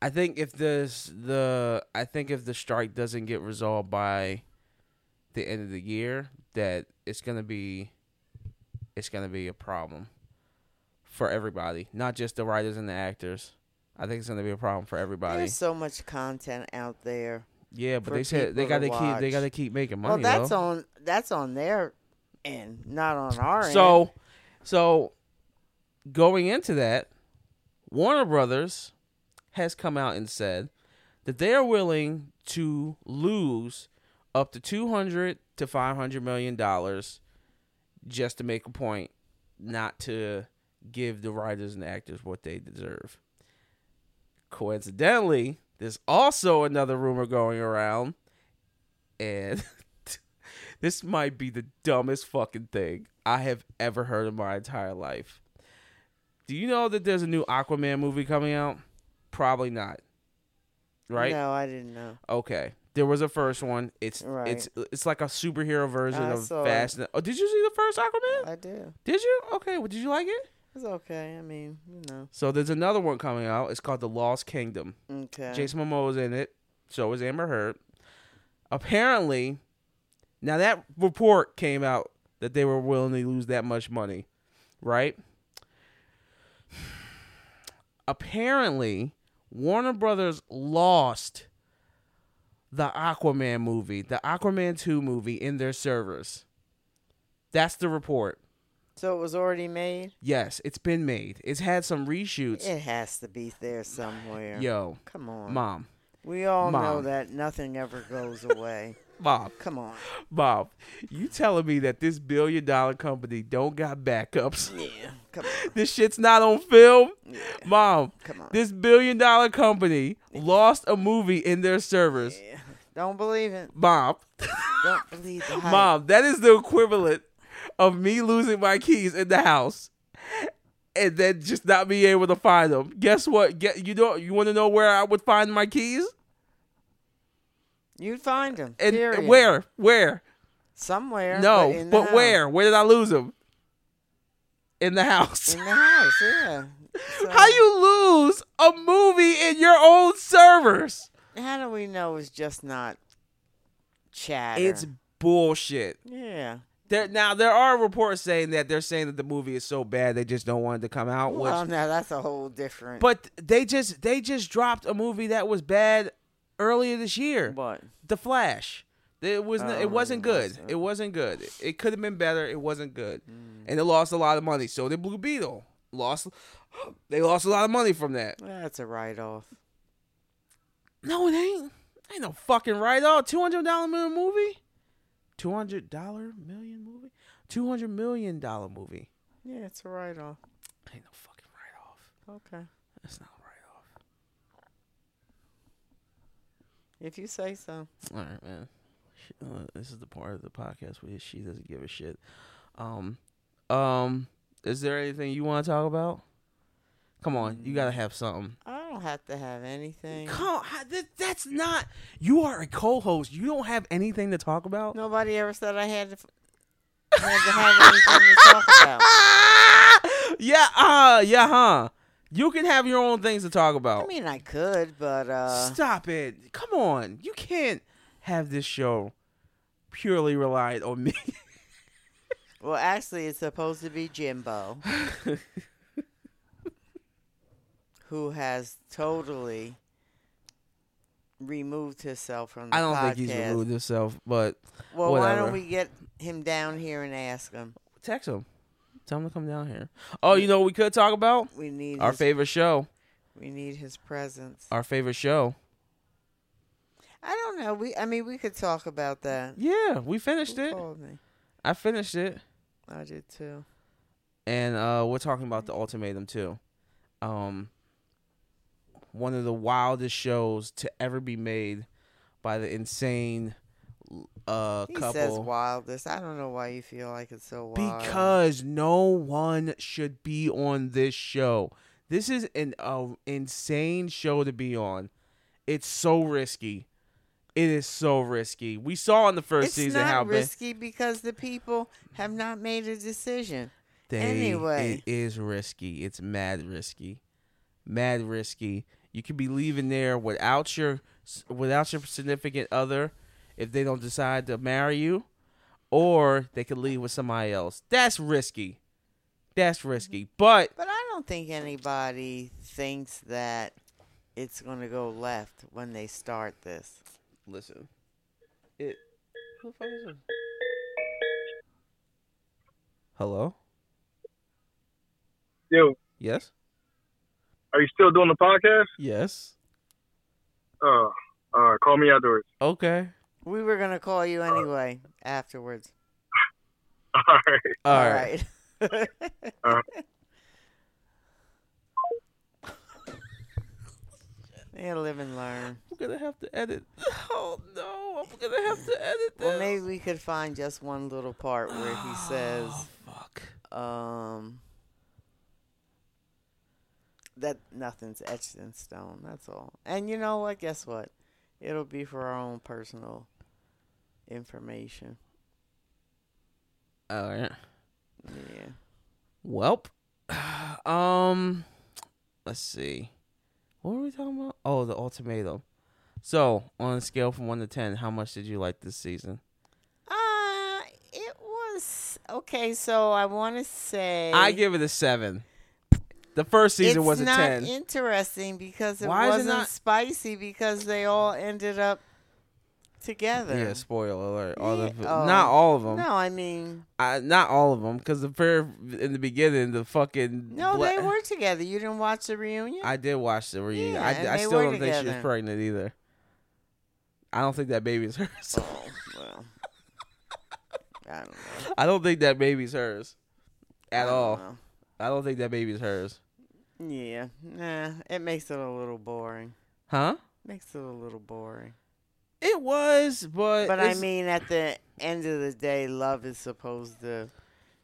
A: I think if this the I think if the strike doesn't get resolved by the end of the year, that it's gonna be, it's gonna be a problem for everybody, not just the writers and the actors. I think it's gonna be a problem for everybody.
B: there's so much content out there.
A: yeah, but
B: for
A: they said they
B: people
A: gotta
B: to
A: keep they
B: watch.
A: gotta keep making
B: well,
A: money.
B: that's
A: though.
B: on that's on their end, not on our end.
A: So, so going into that, Warner Brothers has come out and said that they are willing to lose up to 200 to 500 million dollars just to make a point not to give the writers and actors what they deserve. Coincidentally, there's also another rumor going around and <laughs> this might be the dumbest fucking thing I have ever heard in my entire life. Do you know that there's a new Aquaman movie coming out? Probably not. Right?
B: No, I didn't know.
A: Okay. There was a first one. It's
B: Right.
A: it's it's like a superhero version
B: I
A: of
B: saw it. Uh,
A: Fast. And, oh, did you see the first Aquaman?
B: I do.
A: Did you? Okay. Well, did you like it?
B: It's okay. I mean, you know.
A: So there's another one coming out. It's called The Lost Kingdom.
B: Okay.
A: Jason Momoa is in it. So is Amber Heard. Apparently, now that report came out that they were willing to lose that much money, right? <sighs> Apparently, Warner Brothers lost the Aquaman movie, the Aquaman 2 movie in their servers. That's the report.
B: so it was already made.
A: Yes, it's been made. It's had some reshoots.
B: It has to be there somewhere.
A: Yo,
B: Come on.
A: mom,
B: we all know
A: Mom.
B: that nothing ever goes away.
A: mom,
B: Come on.
A: mom, you telling me that this billion dollar company don't got backups?
B: Yeah. Come on.
A: <laughs> this shit's not on film? Mom,
B: Come on.
A: this billion dollar company lost a movie in their servers.
B: Yeah. Don't believe it.
A: Mom,
B: Don't believe the hype.
A: mom, that is the equivalent of me losing my keys in the house. And then just not being able to find them. Guess what? Get you know you want to know where I would find my keys?
B: You'd find them.
A: And, and
B: period.
A: where? Where?
B: Somewhere. but,
A: No,
B: in the
A: but
B: house.
A: where? Where did I lose him? In the house.
B: In the house, yeah. So
A: How you lose a movie in your own servers?
B: How do we know it's just not chatter?
A: It's bullshit.
B: yeah.
A: There now there are reports saying that they're saying that the movie is so bad they just don't want it to come out. Which,
B: Well, Oh, now that's a whole different.
A: but they just they just dropped a movie that was bad earlier this year.
B: what?
A: The Flash. It was
B: Oh,
A: it wasn't
B: yeah,
A: good.
B: that's
A: It Mm. wasn't good. It, could have been better. It wasn't good, and it lost a lot of money. So did Blue Beetle. Lost. <gasps> They lost a lot of money from that.
B: That's a write off.
A: No, it ain't. Ain't no fucking right off. Two hundred dollar million movie. Two hundred dollar million movie. Two hundred million dollar movie.
B: Yeah, it's a write off.
A: Ain't no fucking right off.
B: Okay.
A: That's not right
B: If you say so.
A: off. All right, man. She- uh, this is the part of the podcast where she doesn't give a shit. Um, um, is there anything you want to talk about? Come on, you gotta have something.
B: I don't have to have anything.
A: Come, how- that- that's not. You are a co-host. You don't have anything to talk about.
B: Nobody ever said I had to, f- had to have anything to talk about.
A: Ah! <laughs> yeah, uh, yeah, huh? You can have your own things to talk about.
B: I mean, I could, but uh,
A: Stop it. Come on. You can't have this show purely relied on me.
B: well, actually, it's supposed to be
A: <laughs>
B: Jimbo, who has totally removed himself from the
A: I don't
B: podcast.
A: think he's removed himself, but
B: Well, why
A: Whatever.
B: don't we get him down here and ask him?
A: text him. Tell him to come down here. Oh, you know what we could talk about?
B: We need
A: Our
B: his,
A: favorite show.
B: we need his presence.
A: Our favorite show.
B: I don't know. We I mean, we could talk about that.
A: Yeah, we finished
B: Who
A: it.
B: called me?
A: I finished it.
B: I did too.
A: and uh, we're talking about the ultimatum too. Um, one of the wildest shows to ever be made by the insane uh,
B: He says
A: couple.
B: wildest. I don't know why you feel like it's so wild.
A: Because no one should be on this show. This is an uh, insane show to be on. It's so risky. It is so risky. We saw in the first
B: it's
A: season
B: not
A: how bad-
B: risky because the people have not made a decision. Anyway.
A: It is risky. It's mad risky. Mad risky. You could be leaving there without your without your significant other if they don't decide to marry you or they could leave with somebody else. That's risky. That's risky. But
B: But I don't think anybody thinks that it's going to go left when they start this.
A: listen. It Who the fuck is this? Hello?
D: Yo,
A: Yes?
D: are you still doing the podcast?
A: Yes.
D: Uh, uh, call me afterwards. <laughs>
A: Okay.
B: We were going to call you anyway afterwards.
D: All right.
A: All right.
B: right. <laughs> yeah, live and learn.
A: I'm gonna have to edit. <laughs> Oh no, I'm gonna have to edit this.
B: Well, maybe we could find just one little part where
A: <sighs>
B: he says.
A: Oh, fuck.
B: um that nothing's etched in stone that's all and you know what guess what it'll be for our own personal information
A: All right.
B: yeah
A: Welp. <sighs> Um, let's see. What were we talking about? Oh, the ultimatum. So, on a scale from one to ten, how much did you like this season?
B: uh it was okay so i want to say
A: I give it a seven. The first season
B: it's
A: was a
B: not
A: ten.
B: interesting because it
A: Why is it
B: wasn't
A: not-
B: spicy because they all ended up together
A: yeah, spoiler alert. All
B: Yeah,
A: of it.
B: oh.
A: not all of them.
B: no i mean
A: I, not all of them, because the very in the beginning, the fucking
B: no
A: bla-
B: they were together you didn't watch the reunion
A: I did watch the reunion.
B: Yeah, and
A: I, I
B: they
A: still
B: were
A: don't think she was
B: together.
A: pregnant either. I don't think that baby's <laughs> hers.
B: Oh, well. I don't know.
A: I don't think that baby's hers
B: I
A: at
B: don't
A: all.
B: know.
A: I don't think that baby's hers.
B: Yeah. Nah, it makes it a little boring.
A: Huh?
B: Makes it a little boring.
A: It was, but
B: But
A: Uh,
B: I
A: it's-
B: mean, at the end of the day, love is supposed to,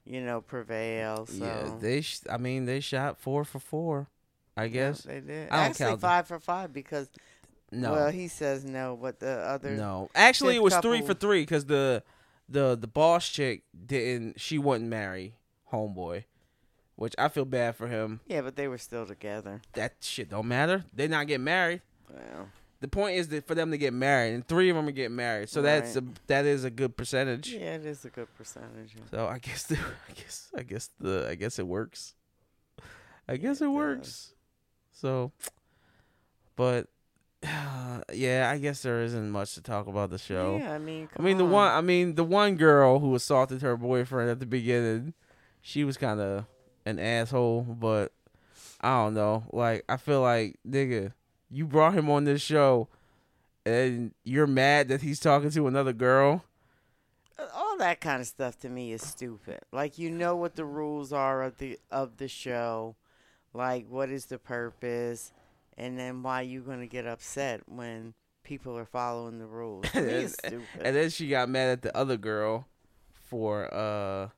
B: you know, prevail. So.
A: yeah, they. Sh- I mean, they shot four for four. I
B: Yeah,
A: guess
B: they did.
A: I don't
B: Actually,
A: count them.
B: five for five because
A: no,
B: well, he says no, but the other
A: no. Actually,
B: fifth
A: it was three
B: couple-
A: for three because the the the boss chick didn't. She wouldn't marry homeboy, which I feel bad for him.
B: Yeah, but they were still together.
A: That shit don't matter. They not get married.
B: Well,
A: The point is that for them to get married, and three of them are getting married. So that's a that is a good percentage.
B: yeah, it is a good percentage. yeah.
A: So I guess the, <laughs> I guess I guess the I guess it works. I guess it,
B: does.
A: works. So, but <sighs> yeah, I guess there isn't much to talk about the show.
B: Yeah, I mean,
A: I
B: come
A: mean the
B: on.
A: one I mean the one girl who assaulted her boyfriend at the beginning, she was kind of an asshole, but I don't know. Like I feel like nigga, you brought him on this show and you're mad that he's talking to another girl.
B: all that kind of stuff to me is stupid. Like you know what the rules are of the of the show, like what is the purpose, and then why you gonna get upset when people are following the rules?
A: <laughs>
B: To me, it's
A: And-
B: stupid.
A: And then she got mad at the other girl for uh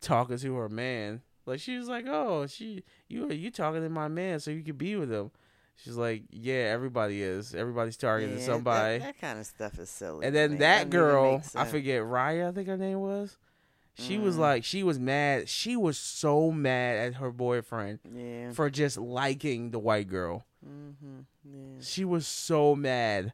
A: talking to her man. Like she was like, "Oh, she you you talking to my man so you could be with him." She's like, "Yeah, everybody is. Everybody's targeting
B: Yeah, that-
A: somebody."
B: That, kind of stuff is silly.
A: and
B: to
A: then
B: me.
A: that
B: Doesn't even
A: girl,
B: make
A: I
B: sense.
A: forget Raya, I think her name was. She was
B: Mm.
A: like, she was mad. She was so mad at her boyfriend
B: Yeah.
A: for just liking the white girl.
B: hmm yeah.
A: She was so mad.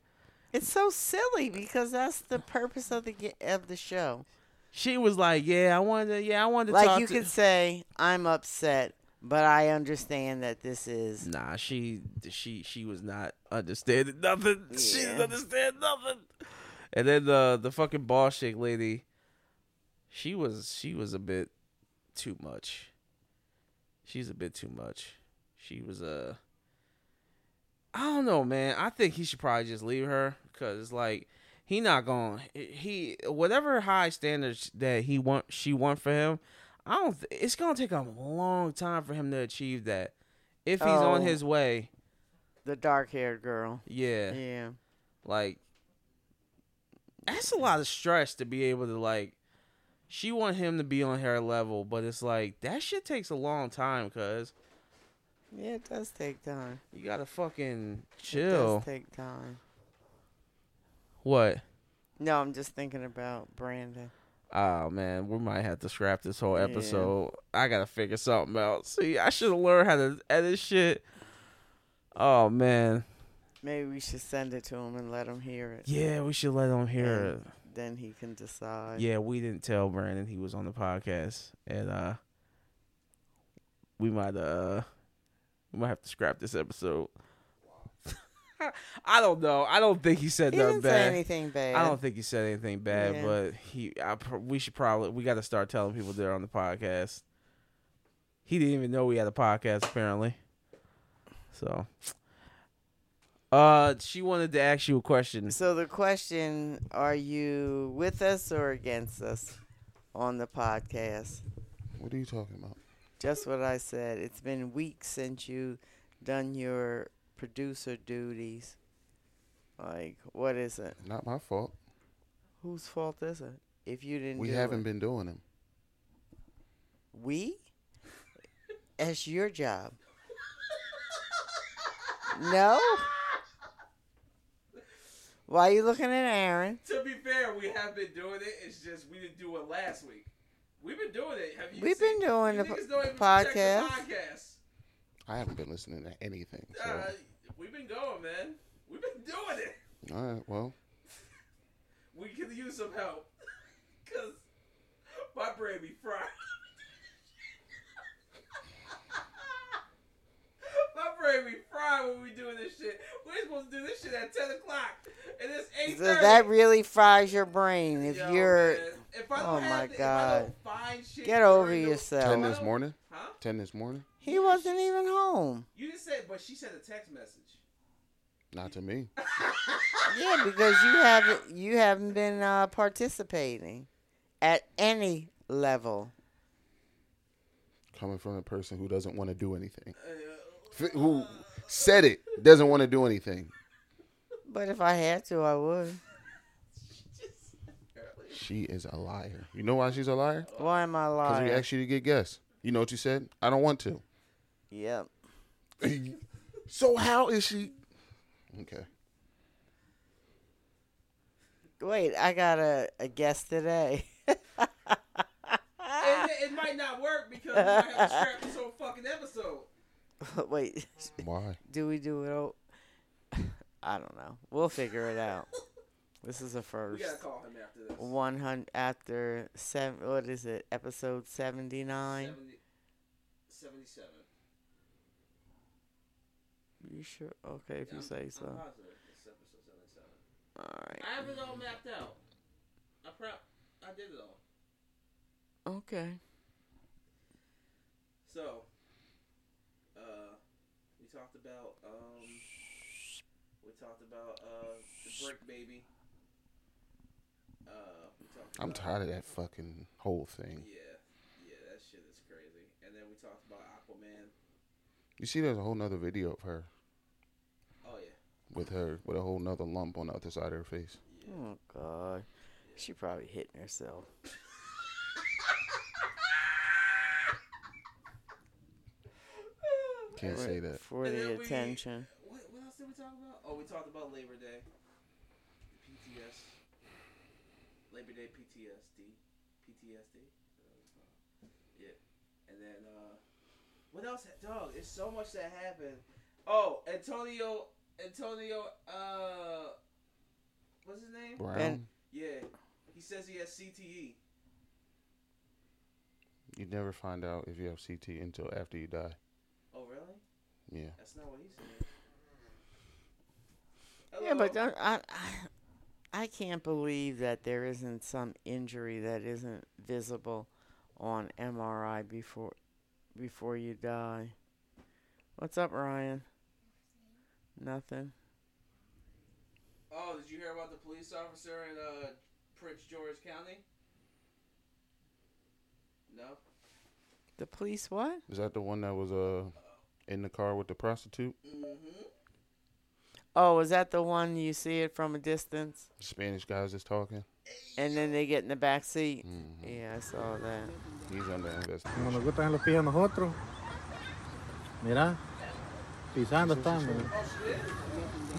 B: It's so silly because that's the purpose of the ge- of the show.
A: She was like, "Yeah, I wanted. To, yeah, I wanted to
B: Like
A: talk
B: you
A: to."
B: could say, I'm upset, but I understand that this
A: <laughs>
B: is
A: Nah, she she she was not understanding nothing. <laughs> She didn't
B: Yeah.
A: understand nothing. And then the the fucking ball shake lady, she was she was a bit too much. She's a bit too much. She was Uh, I don't know, man. I think he should probably just leave her because like he not going to he whatever high standards that he want she want for him. I don't. Th- it's gonna take a long time for him to achieve that. If he's on
B: Oh.
A: his way,
B: the dark haired girl.
A: yeah,
B: Yeah.
A: like that's a lot of stress to be able to like. She want him to be on her level, but it's like that shit takes a long time, cause
B: Yeah, it does take time.
A: you gotta fucking
B: It
A: chill.
B: does take time.
A: what?
B: No, I'm just thinking about Brandon.
A: Oh man, we might have to scrap this whole
B: Yeah.
A: episode. I gotta figure something out. See, I should have learned how to edit shit. Oh man,
B: Maybe we should send it to him and let him hear it.
A: yeah, we should let him hear
B: And Then he can decide.
A: it. Yeah, we didn't tell Brandon he was on the podcast, and uh, we might uh, we might have to scrap this episode. <laughs> I don't know. I don't think he said
B: He
A: nothing
B: didn't say
A: bad.
B: anything bad.
A: I don't think he said anything bad,
B: Yeah.
A: but he. I, pr- we should probably we got to start telling people they're on the podcast. He didn't even know we had a podcast apparently. So, uh, she wanted to ask you a question.
B: So the question: Are you with us or against us on the podcast?
E: What are you talking about?
B: Just what I said. It's been weeks since you done your producer duties. Like, what is it?
E: Not my fault.
B: Whose fault is it? If you didn't,
E: We
B: do
E: haven't
B: it?
E: been doing them.
B: We? That's your job. no? Why you looking at Aaron?
A: To be fair, we have been doing it. It's just we didn't do it last week. We've been doing it. Have
B: We've been doing the po- podcast.
A: podcast. Uh,
E: I haven't been listening to anything. So.
A: we've been going, man. We've been doing it.
E: All right. Well,
A: we could use some help <laughs> because my brain be fried. <laughs> my brain be fried when we doing this shit. We're supposed to do this shit at ten o'clock, and it's eight
B: So
A: thirty.
B: that really fries your brain if you're.
A: if I
B: oh
A: don't
B: my
A: have, if I don't
B: God.
A: find shit
B: Get
A: to
B: over
A: do-
E: ten
B: yourself.
E: this morning.
A: Huh?
E: Ten this morning.
B: He wasn't even home.
A: You didn't say, but she sent a text message.
E: Not to me.
B: Yeah, because you haven't you haven't been uh, participating at any level.
E: Coming from a person who doesn't want to do anything,
A: Uh,
E: F- who said it doesn't want to do anything.
B: But if I had to, I would.
A: just earlier.
E: She is a liar. You know why she's a liar?
B: Why am I
E: Because
B: lying?
E: we asked you to get guests. You know what you said? I don't want to. <laughs>
B: yep.
E: so how is she? Okay.
B: Wait, I got a, a guest today. <laughs> Ah.
A: And it, it might not work because we might have to scrap this whole fucking episode.
B: Wait,
E: Why?
B: do we do it? o- <laughs> I don't know. We'll figure
A: <laughs>
B: it out. This is a
A: We
B: first.
A: gotta call him after this.
B: One hundred after seven. What is it? Episode seventy nine.
A: 70 77.
B: You sure? Okay, if you
A: I'm-
B: say
A: I'm
B: so.
A: positive it's episode 77.
B: All right.
A: I have it all mapped out. I prep. I did it all.
B: Okay.
A: So, uh, we talked about um, we talked about uh, the brick baby. Uh, we talked
E: I'm
A: about-
E: tired of that fucking whole thing.
A: Yeah, yeah, that shit is crazy. And then we talked about Aquaman.
E: You see, there's a whole nother video of her
A: Oh yeah,
E: with her with a whole nother lump on the other side of her face.
B: Oh God, she probably hitting herself.
E: Can't
B: for-
E: say that.
B: for
A: And
B: the
A: then we-
B: attention.
A: what what else did we talk about? Oh, we talked about Labor Day, the PTS, Labor Day PTSD, PTSD. Yeah, and then uh, what else? Dog, it's so much that happened. Oh, Antonio, Antonio, uh, what's his name?
E: Brown,
B: Ben-
A: Yeah, he says he has E. CTE.
E: you never find out if you have CT until after you die.
A: Oh, really?
E: Yeah.
A: That's not what he said.
B: Yeah, but
A: Hello?
B: don't, I, I, I can't believe that there isn't some injury that isn't visible on MRI before, before you die. What's up, Ryan? Nothing.
A: Oh, did you hear about the police officer in uh, Prince George County? No.
B: The police what?
E: Is that the one that was uh in the car with the prostitute?
A: Mm-hmm.
B: Oh, is that the one you see it from a distance,
E: The Spanish guys is talking.
B: and then they get in the back seat?
F: Mm-hmm.
E: Mhm.
B: Yeah, I saw that.
E: He's under investigation.
F: Como nos gustan los pies a nosotros. Mirá, pisando están. ¿no?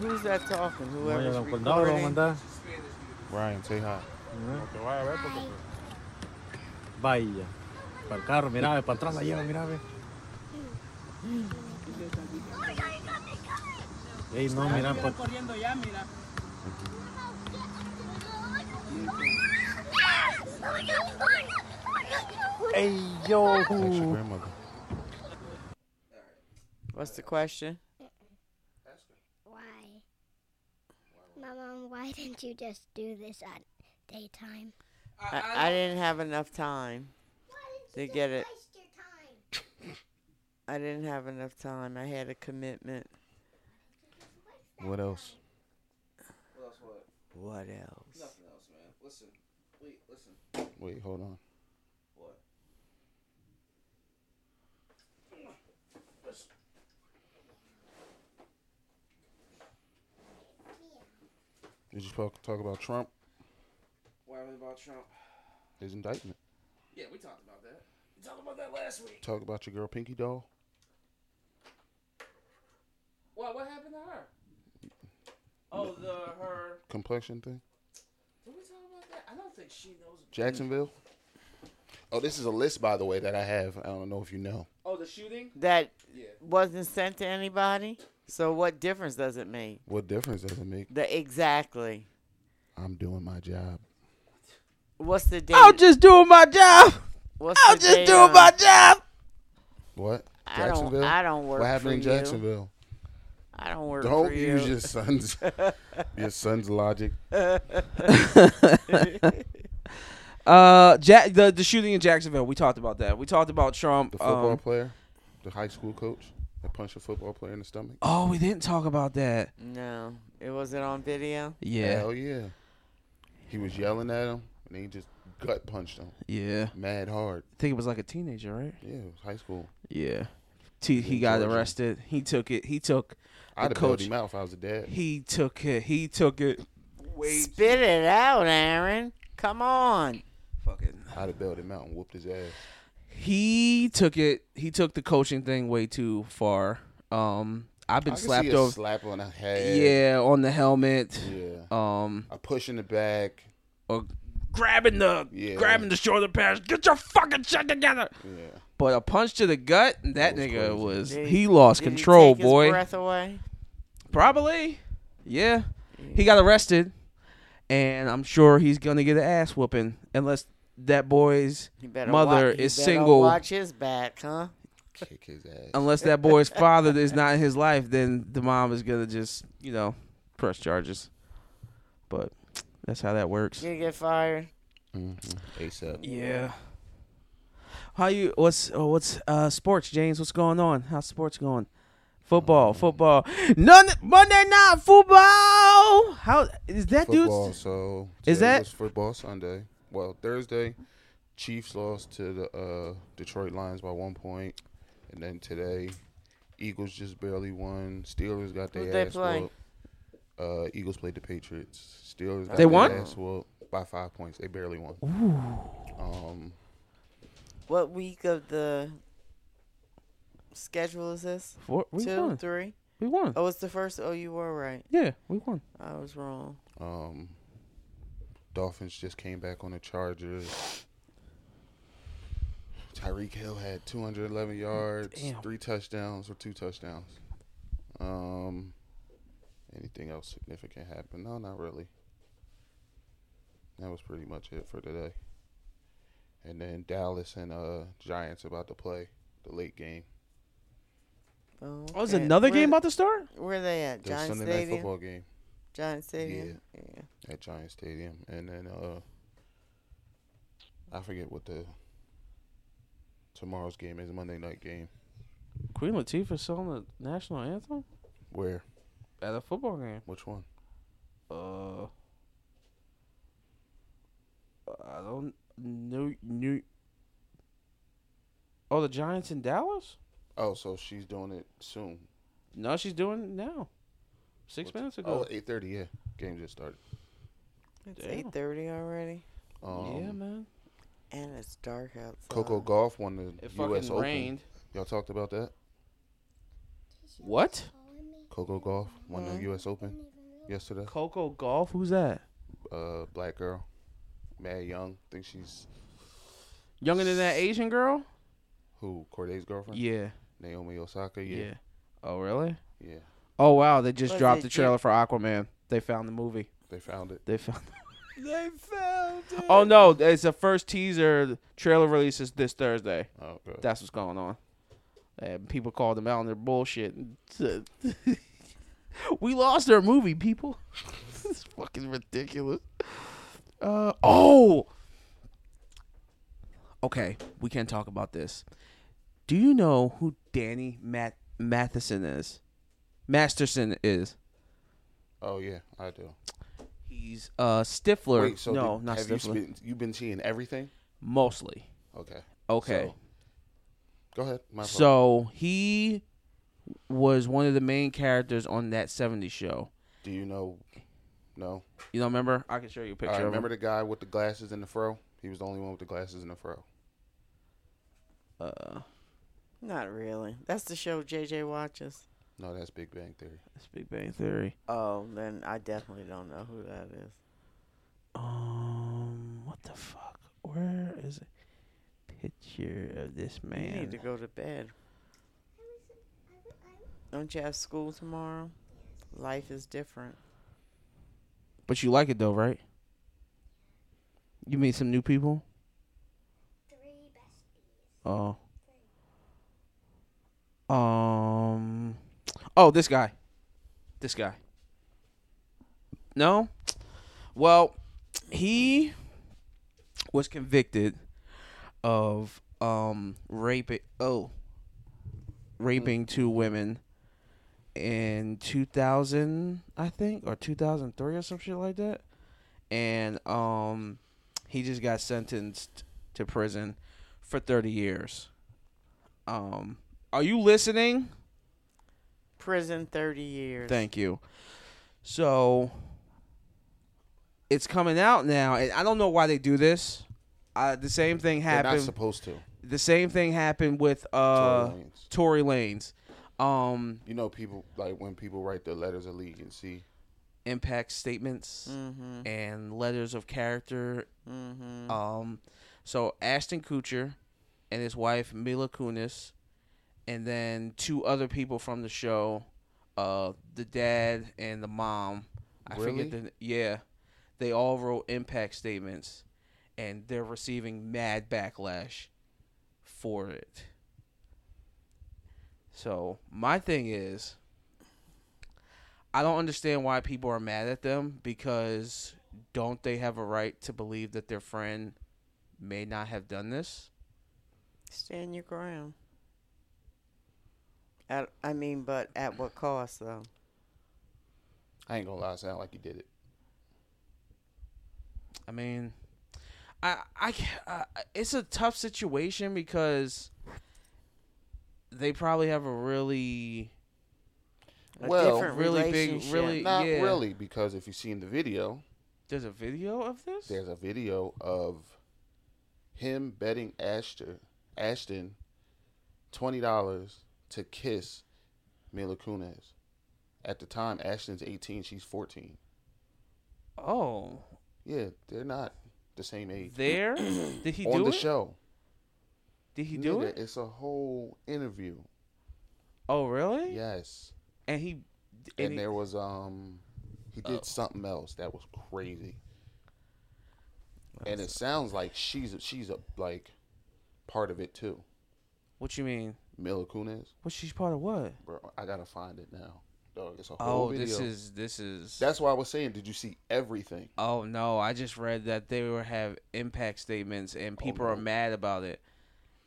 B: Who's that talking?
F: Vaya,
B: Whoever's
F: don Condado lo va a
B: recording.
F: mandar.
E: Ryan, say hi.
F: Vaya, para el carro, mirá, ve, para atrás la lleva, mirá, ve. Ey, no, mirá, pa- Ey, yo.
E: That's your grandmother.
B: What's the question?
C: Why? My mom, why didn't you just do this at daytime?
B: I, I didn't have enough time. They get it.
C: Waste your time.
B: I didn't have enough time. I had a commitment.
E: What else?
A: What else? What?
B: What else?
A: Nothing else, man. Listen. Wait. Listen.
E: Wait, hold on.
A: What?
E: Did you talk, talk about Trump?
A: What happened about Trump?
E: His indictment.
A: Yeah, we talked about that. We talked about that last week.
E: Talk about your girl Pinky Doll.
A: What? What happened to her? Oh, the her.
E: Complexion thing.
A: Did we talk about that? I don't think she knows.
E: Jacksonville. Oh, this is a list, by the way, that I have. I don't know if you know.
A: Oh, the shooting.
B: That
A: Yeah.
B: wasn't sent to anybody. So what difference does it make?
E: What difference does it make?
B: The exactly.
E: I'm doing my job.
B: What's the date?
A: just doing my job.
B: What's I'm just date doing my job.
E: What?
B: I don't. I don't work
E: what happened
B: for
E: in
B: you.
E: Jacksonville?
B: I don't work for
E: Don't
B: you.
E: use your son's your son's logic.
A: Uh, Jack, the the shooting in Jacksonville. We talked about that. We talked about Trump.
E: The football
A: um,
E: player, the high school coach that punched a football player in the stomach.
A: oh, we didn't talk about that.
B: no, it wasn't on video.
A: Yeah,
E: Hell yeah. He was yelling at him, and he just gut punched him
A: yeah.
E: mad hard.
A: I think it was like a teenager, right?
E: Yeah, it was high school.
A: Yeah. T- he got
E: Georgia.
A: arrested. He took it. He took. The
E: I'd have bailed
A: coach-
E: him out if I was a dad.
A: He took it. He took it. Wait.
B: Spit it out, Aaron. Come on.
A: Fucking.
E: I'd have bailed him out and whooped his ass.
A: He took it. He took the coaching thing way too far. Um, I've been
E: I can
A: slapped
E: see a
A: over.
E: slap on the head.
A: Yeah, on the helmet.
E: Yeah.
A: Um,
E: A push in the back.
A: or grabbing the
E: Yeah.
A: grabbing the shoulder pads. Get your fucking shit together.
E: Yeah.
A: But a punch to the gut, that
E: That was
A: nigga
E: crazy.
A: was
B: Did
A: he lost
B: did he
A: control,
B: take his
A: boy.
B: breath away.
A: Probably. Yeah. He got arrested. And I'm sure he's gonna get an ass whooping unless that boy's
B: He better
A: Mother
B: wa- he
A: is
B: better
A: single.
B: Watch his back, huh?
E: Kick his ass.
A: unless that
B: <laughs>
A: boy's father is not in his life, then the mom is gonna just, you know, press charges. But that's how that works.
B: You get fired.
E: Mm-hmm. ASAP.
A: Yeah. How you what's oh, what's uh sports, James? What's going on? How's sports going? Football, football. None Monday night football. How is that
E: Football.
A: dude's
E: so
A: Is
E: today
A: that-
E: was football Sunday? Well, Thursday, Chiefs lost to the uh, Detroit Lions by one point, and then today, Eagles just barely won. Steelers got
B: Who'd
E: their
B: they
E: ass
B: play?
E: whooped. Uh, Eagles played the Patriots. Steelers got
A: They
E: their
A: won?
E: ass whooped by five points. They barely won. Um,
B: What week of the schedule is this?
A: Four, we
B: Two,
A: won.
B: three.
A: We won.
B: Oh, it's the first. Oh, you were right.
A: Yeah, we won.
B: I was wrong.
E: um, Dolphins just came back on the Chargers. Tyreek Hill had 211 yards,
A: Damn.
E: three touchdowns or two touchdowns. Um, anything else significant happened? No, not really. That was pretty much it for today. And then Dallas and uh Giants about to play the late game.
B: Oh,
A: Oh, is
B: okay.
A: another
B: Where-
A: game about to start?
B: Where they at?
E: The
B: Giant
E: Sunday night
B: Stadium.
E: football game
B: Giant Stadium. Yeah.
E: at Giant Stadium, and then uh, I forget what the tomorrow's game is. Monday night game
A: Queen Latifah sung the national anthem
E: where?
A: at a football game.
E: Which one?
A: Uh, I don't know. New. Oh, the Giants in Dallas?
E: Oh, so she's doing it soon.
A: No, she's doing it now. Six
E: What's-
A: minutes
E: Oh,
A: ago.
E: 8.30, yeah. Game just started.
B: It's
A: Damn.
B: eight thirty already,
E: Um,
A: yeah, man.
B: and it's dark outside.
E: Coco Golf won the
A: It fucking
E: U.S. Open.
A: rained.
E: Y'all talked about that?
A: What?
E: Coco Golf won
B: Mhm.
A: Mm-hmm.
E: the U.S. Open yesterday.
A: Coco Golf? Who's that?
E: Uh, black girl, Mad Young. think she's
A: Younger than that Asian girl?
E: who? Corday's girlfriend?
A: Yeah.
E: Naomi Osaka?
A: Yeah.
E: Yeah.
A: Oh, really?
E: Yeah.
A: Oh, wow. They just
B: Was
A: dropped
B: it
A: the
B: Jim-
A: trailer for Aquaman. They found the movie.
E: They found it.
A: They found.
B: They found it.
A: Oh no! It's the first teaser trailer release is this Thursday.
E: Oh, okay.
A: That's what's going on. And people called them out on their bullshit. <laughs> we lost our movie, people. <laughs> this is fucking ridiculous. Uh, oh. Okay, we can talk about this. Do you know who Danny Mat- Matheson is? Masterson is.
E: oh, yeah, I do.
A: He's uh Stifler.
E: Wait, so
A: no,
E: did-
A: not
E: have you
A: Stifler.
E: been you've been seeing everything?
A: Mostly.
E: Okay.
A: Okay.
E: So- go ahead. My fault.
A: So he was one of the main characters on that 70s show.
E: do you know? No.
A: You don't remember? I can show you a picture
E: I
A: of
E: remember
A: him.
E: the guy with the glasses and the fro. He was the only one with the glasses and the fro.
A: Uh,
B: Not really. That's the show JJ watches.
E: No, that's Big Bang Theory.
A: it's Big Bang Theory.
B: Oh, then I definitely don't know who that is.
A: Um, what the fuck? Where is it? Picture of this
B: You need to
A: man.
B: go to bed. Don't you have school tomorrow? Life is different.
A: But you like it though, right? You meet some new people? Oh. Um. Oh, this guy. This guy. No? Well, he was convicted of um raping oh raping two women in 2000 I think or 2003 or some shit like that and um he just got sentenced to prison for 30 years um are you listening
B: Prison, thirty years.
A: Thank you. So it's coming out now, and I don't know why they do this. Uh, the same thing
E: They're not
A: happened.
E: supposed to.
A: the same thing happened with
E: Tory
A: uh,
E: Lanez.
A: Tory Lanes. um
E: You know, people like when people write the letters of league and see.
A: impact statements
B: Mm-hmm.
A: and letters of character.
B: Mm-hmm.
A: Um, so Ashton Kutcher and his wife Mila Kunis, and then two other people from the show, uh, the dad and the mom. I
E: Really?
A: forget the yeah. They all wrote impact statements, and they're receiving mad backlash for it. So my thing is, I don't understand why people are mad at them because don't they have a right to believe that their friend may not have done this?
B: Stand your ground. At, I mean, but at what cost, though?
E: I ain't gonna lie, it sound like you did it.
A: I mean, I, I, ca- I it's a tough situation because they probably have a really
B: A
E: Well,
B: different
A: really big-
B: relationship.
A: really-
E: Not
A: Yeah.
E: really, because if you seen the video,
A: there's a video of this.
E: there's a video of him betting Ashton Ashton twenty dollars to kiss Mila Kunis. At the time, Ashton's eighteen; she's fourteen.
A: oh,
E: Yeah, they're not the same age. <clears throat>
A: there did he
E: on
A: do
E: the
A: it?
E: show.
A: Did he do
E: Nigga,
A: it?
E: It's a whole interview.
A: Oh, really?
E: Yes,
A: And he
E: and,
A: and, he,
E: there was um, he did
A: Oh.
E: something else that was crazy. And it sounds like she's a, she's a like part of it too.
A: what you mean?
E: Mila Kunis,
A: What she's part of what?
E: bro. I gotta find it now. Dog, it's a
A: Oh,
E: whole video.
A: this is this is
E: That's why I was saying, did you see everything?
A: Oh no, I just read that they were have impact statements and
E: Oh,
A: people are
E: no.
A: mad about it.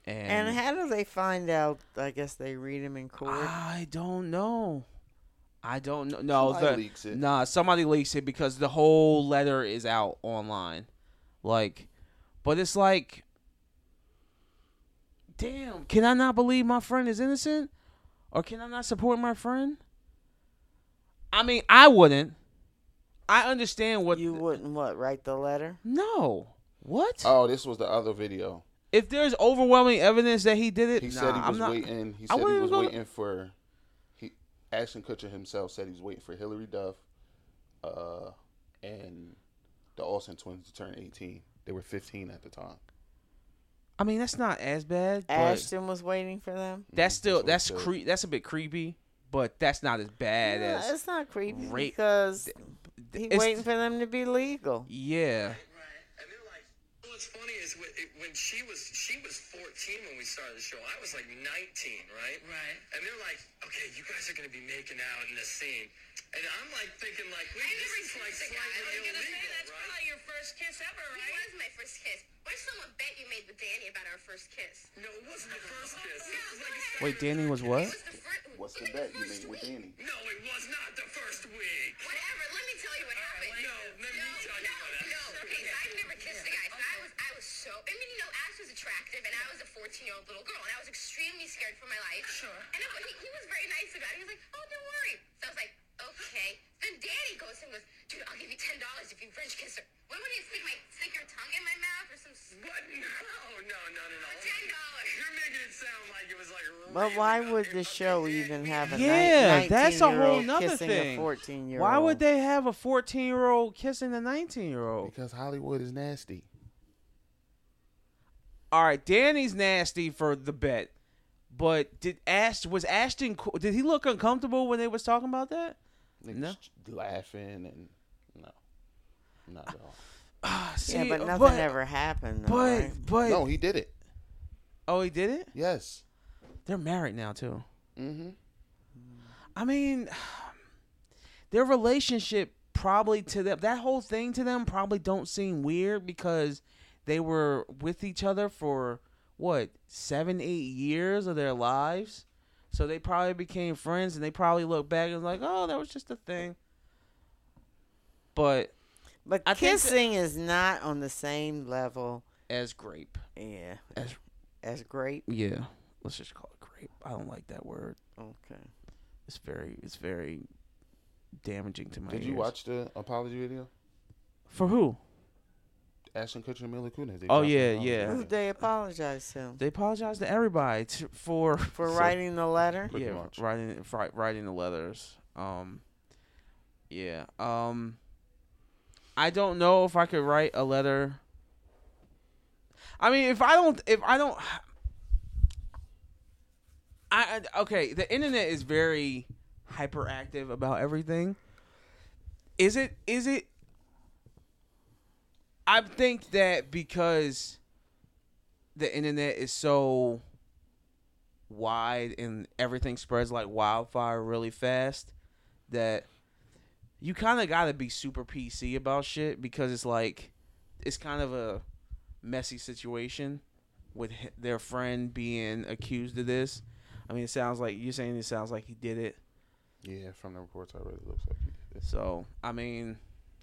A: And,
B: And how do they find out? I guess they read them in court.
A: I don't know. I don't know. No,
E: Somebody
A: the,
E: leaks it.
A: nah, somebody leaks it because the whole letter is out online. Like, but it's like, damn, can I not believe my friend is innocent, or can I not support my friend? I mean, I wouldn't. I understand what
B: you
A: the-
B: wouldn't what write the letter?
A: No. What?
E: Oh, this was the other video.
A: if there's overwhelming evidence that he did it,
E: He
A: nah,
E: said he
A: I'm
E: was
A: not.
E: waiting. He
A: I
E: said he
A: wouldn't
E: was
A: go-
E: waiting for. He Ashton Kutcher himself said he was waiting for Hillary Duff, uh, and the Olsen twins to turn eighteen. They were fifteen at the time.
A: I mean, that's not as bad. But
B: Ashton was waiting for them.
A: that's still
E: what he
A: that's
E: said.
A: cre- that's a bit creepy, but that's not as bad
B: No,
A: as
B: it's not creepy
A: rape-
B: because he
A: it's-
B: waiting for them to be legal.
A: yeah.
G: Right. And then like, what's funny is when, it- when she was she was 14 when we started the show. I was like 19, right? Right. And they're like, okay, you guys are gonna be making out in this scene, and I'm like thinking like, wait, this is like
H: I
G: slightly
H: was gonna
G: illegal,
H: say that's
G: right?
H: probably your first kiss ever,
I: It
H: right?
I: was my first kiss. Where's someone bet you made with Danny about our first kiss?
G: No, it wasn't the first kiss.
I: No,
G: It was
I: go
G: like a
I: ahead.
A: Wait, Danny was what?
I: It was the first.
E: What's the
I: it was
E: bet you
I: first
E: made with
I: week.
E: Danny?
G: no, it was not the first week.
I: Whatever. Let me tell you what happened.
G: wait. No, let me tell you
I: no,
G: what happened.
I: no. Okay, so I've never kissed a guy. So I was, I was so. I mean, you know, Ash was attractive, and I was a 14-year-old little girl, and I was extremely scared for my life. Sure. And I, he, he was very nice about it. He was like, "Oh, don't worry." So I was like, "Okay." Then Danny goes and goes, "Dude, I'll give you ten dollars if you French kiss her." When would you stick my stick your tongue in my mouth or some? s-
G: What? <laughs> No, no, no, no, no.
I: Ten dollars.
G: You're making it sound like it was like.
B: But
G: right
B: why
G: about
B: would
G: your
B: the
G: fucking
B: show
G: dick.
B: even have a
A: Yeah,
B: night,
A: that's a whole
B: 19-year-old
A: nother
B: kissing
A: thing.
B: A 14 year
A: Why would they have a 14 year old kissing a 19 year old?
E: Because Hollywood is nasty.
A: All right, Danny's nasty for the bet, but did Ash was Ashton? co- Did he look uncomfortable when they was talking about that?
E: Niggas
A: No.
E: laughing and no, not at all.
A: See, uh,
B: Yeah, but nothing
A: but,
B: ever happened. Though,
A: But
B: right?
A: but
E: No, he did it.
A: oh, he did it.
E: Yes.
A: They're married now too.
E: Mm-hmm.
A: I mean, <sighs> their relationship probably to them, that whole thing to them probably don't seem weird because they were with each other for what, seven, eight years of their lives. So they probably became friends and they probably look back and like, oh, that was just a thing. But
B: but
A: I think that-
B: kissing is not on the same level.
A: as grape,
B: Yeah,
A: As-
B: as grape.
A: yeah, let's just call it grape. I don't like that word.
B: Okay.
A: It's very, it's very damaging to my.
E: Did you
A: ears.
E: watch the apology video?
A: for who?
E: Ashton Kutcher and Mila Kunis. They
A: Oh,
E: dropped
A: yeah,
E: an album
A: yeah.
E: together.
B: They apologized to him
A: They apologized to everybody t- for
B: for
E: So-
B: writing the letter.
E: Pretty
A: yeah
E: much.
A: writing fri- writing the letters. Um, yeah. Um, I don't know if I could write a letter. I mean, if I don't, if I don't, I I- okay. The internet is very hyperactive about everything. Is it? Is it? I think that because the internet is so wide and everything spreads like wildfire really fast that you kind of got to be super PC about shit because it's like it's kind of a messy situation with h- their friend being accused of this. I mean, it sounds like you're saying it sounds like he did it.
E: Yeah, from the reports I read, it looks like he did this.
A: So, I mean,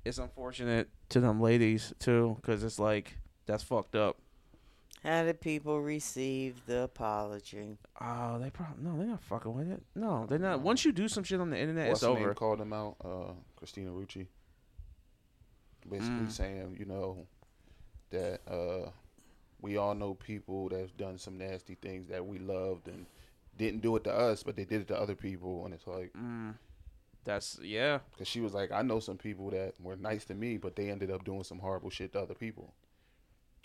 A: it's unfortunate to them ladies too cuz it's like that's fucked up.
B: How did people receive the apology?
A: Oh, they probably no, they're not fucking with it. No, they're not. Once you do some shit on the internet,
E: What's
A: it's
E: her
A: over.
E: name called him out? Uh, Christina Ricci. Basically
A: Mm.
E: saying, you know, that uh, we all know people that's done some nasty things that we loved and didn't do it to us, but they did it to other people. And it's like,
A: Mm. That's yeah.
E: because she was like, I know some people that were nice to me, but they ended up doing some horrible shit to other people,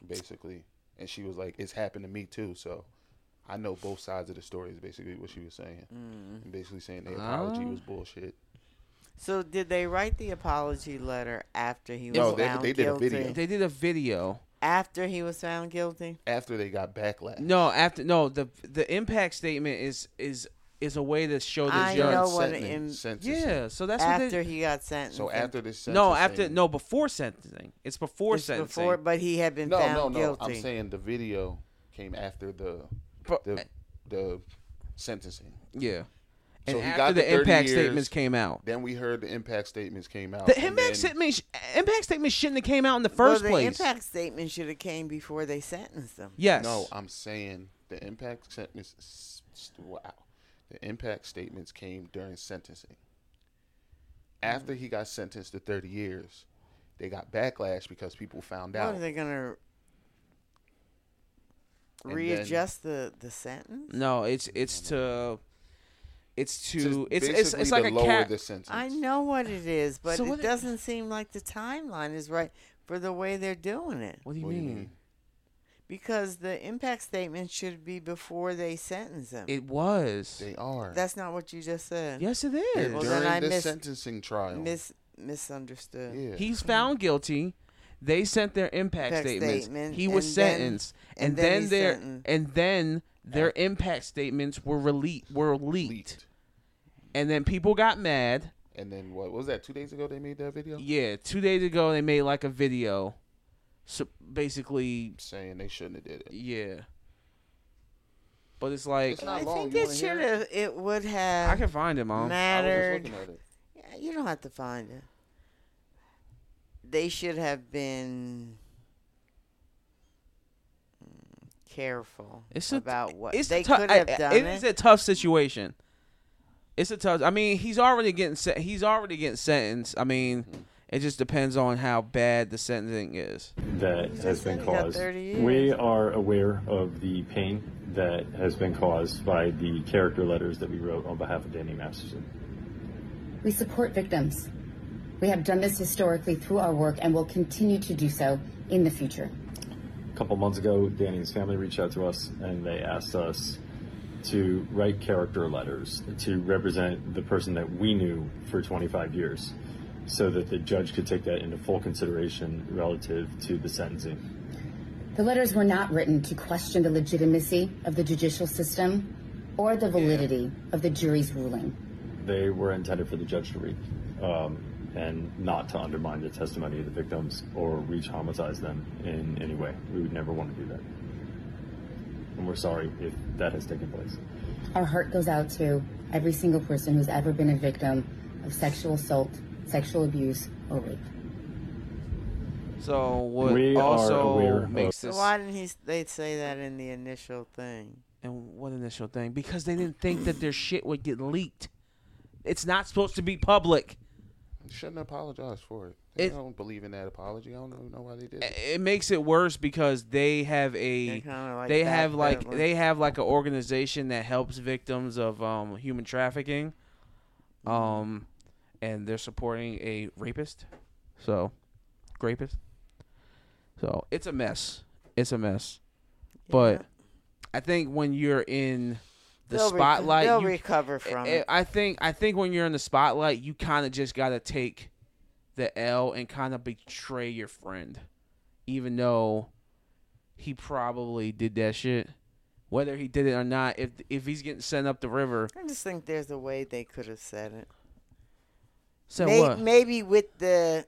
E: basically. And she was like, it's happened to me too. So I know both sides of the story is basically what she was saying.
B: Mm.
E: And basically saying the apology
A: Ah.
E: was bullshit.
B: So did they write the apology letter after he was
E: No, they-
B: found
E: they did a
B: guilty?
E: video.
A: They did a video.
B: After he was found guilty?
E: After they got backlash.
A: No, after no, the the impact statement is is is a way to show the
B: I
A: judge.
B: know what
E: sentencing-
B: in-
E: sentencing.
A: Yeah, so that's what
B: after
A: they,
B: he got sentenced.
E: So after this sentencing.
A: No, after no, before sentencing. It's before
B: It's
A: sentencing.
B: before, but he had been
E: No,
B: found
E: no, no.
B: guilty.
E: I'm saying the video came after the
A: But-
E: the, the sentencing.
A: yeah. And
E: So he
A: after
E: got the
A: the
E: 30
A: impact
E: years.
A: statements came out.
E: Then we heard the impact statements came out.
A: The
E: and
A: impact
E: then-
A: statement sh- impact statement shouldn't have came out in the first
B: well, the
A: place.
B: impact statement should have came before they sentenced him.
A: yes.
E: No, I'm saying the impact sentence. s- s- Wow, the impact statements came during sentencing. After he got sentenced to 30 years, they got backlash because people found
B: What
E: out.
B: are they gonna
E: And
B: readjust the the sentence?
A: No, it's it's to it's
E: then-
A: to it's it's,
E: basically
A: it's like
E: to
A: a
E: lower
A: cap.
E: the sentence.
B: I know what it is, but
A: So
B: it
A: what it-
B: doesn't seem like the timeline is right for the way they're doing it.
A: What do you
E: What do you
A: mean?
E: mean?
B: Because the impact statement should be before they sentence him.
A: It was.
E: They are.
B: That's not what you just said.
A: yes, it
E: They're
A: is.
B: Well, then
E: during
B: I
E: the
B: mis-
E: sentencing trial.
B: Mis- misunderstood.
E: yeah.
A: He's found guilty. They sent their impact
B: Impact
A: statements.
B: statement,
A: he was
B: and then-
A: sentenced,
B: and
A: and,
B: then
A: then,
B: he's
A: their
B: sentenced.
A: and then their impact statements were released were leaked.
E: leaked.
A: and then people got mad.
E: And then what, was that? Two days ago they made that video
A: Yeah, two days ago they made like a video, so basically,
E: saying they shouldn't have did it.
A: yeah. But it's like
E: It's not
B: I
E: long.
B: think
E: You
B: it
E: wanna hear
B: should
E: it?
B: have. It would have
A: I can find it, mom.
E: I was just
B: mattered.
E: looking at it.
B: Yeah, you don't have to find it. They should have been mm, careful
A: It's a-
B: about what
A: it's
B: they
A: a tou-
B: could
A: I-
B: have
A: I-
B: done.
A: It is a tough situation. It's a tough. I mean, he's already getting sen- he's already getting sentenced. I mean, it just depends on how bad the sentencing is.
H: that has been
B: said he got
H: caused.
B: 30 years.
H: We are aware of the pain that has been caused by the character letters that we wrote on behalf of Danny Masterson.
J: We support victims. We have done this historically through our work and will continue to do so in the future.
H: A couple months ago, Danny's family reached out to us and they asked us to write character letters to represent the person that we knew for 25 years so that the judge could take that into full consideration relative to the sentencing.
J: The letters were not written to question the legitimacy of the judicial system or the validity of the jury's ruling.
H: They were intended for the judge to read um, and not to undermine the testimony of the victims or re traumatize them in any way. We would never want to do that. And we're sorry if that has taken place.
J: Our heart goes out to every single person who's ever been a victim of sexual assault, sexual abuse, or rape.
A: So what
H: We are aware
A: also
H: of-
A: makes
B: So
A: this
B: why didn't he? s- They say that in the initial thing.
A: and what initial thing because they didn't think that their shit would get leaked. It's not supposed to be public.
E: You shouldn't apologize for it.
A: It-
E: I don't believe in that apology. I don't even know why they did it.
A: it makes it worse because they have a
E: kinda like
A: they
E: that
A: have like
E: better.
A: they have like an organization that helps victims of um, human trafficking, um, and they're supporting a rapist, so rapist. So it's a mess. It's a mess. But I think when you're in the
B: They'll reco-
A: spotlight,
B: they'll
A: you- eh,
B: recover from
A: I-
B: it.
A: I think I think when you're in the spotlight, you kind of just gotta take the L and kind of betray your friend, even though he probably did that shit. Whether he did it or not, if if he's getting sent up the river,
B: I just think there's a way they could have said it.
A: Said
B: May-
A: what?
B: Maybe with the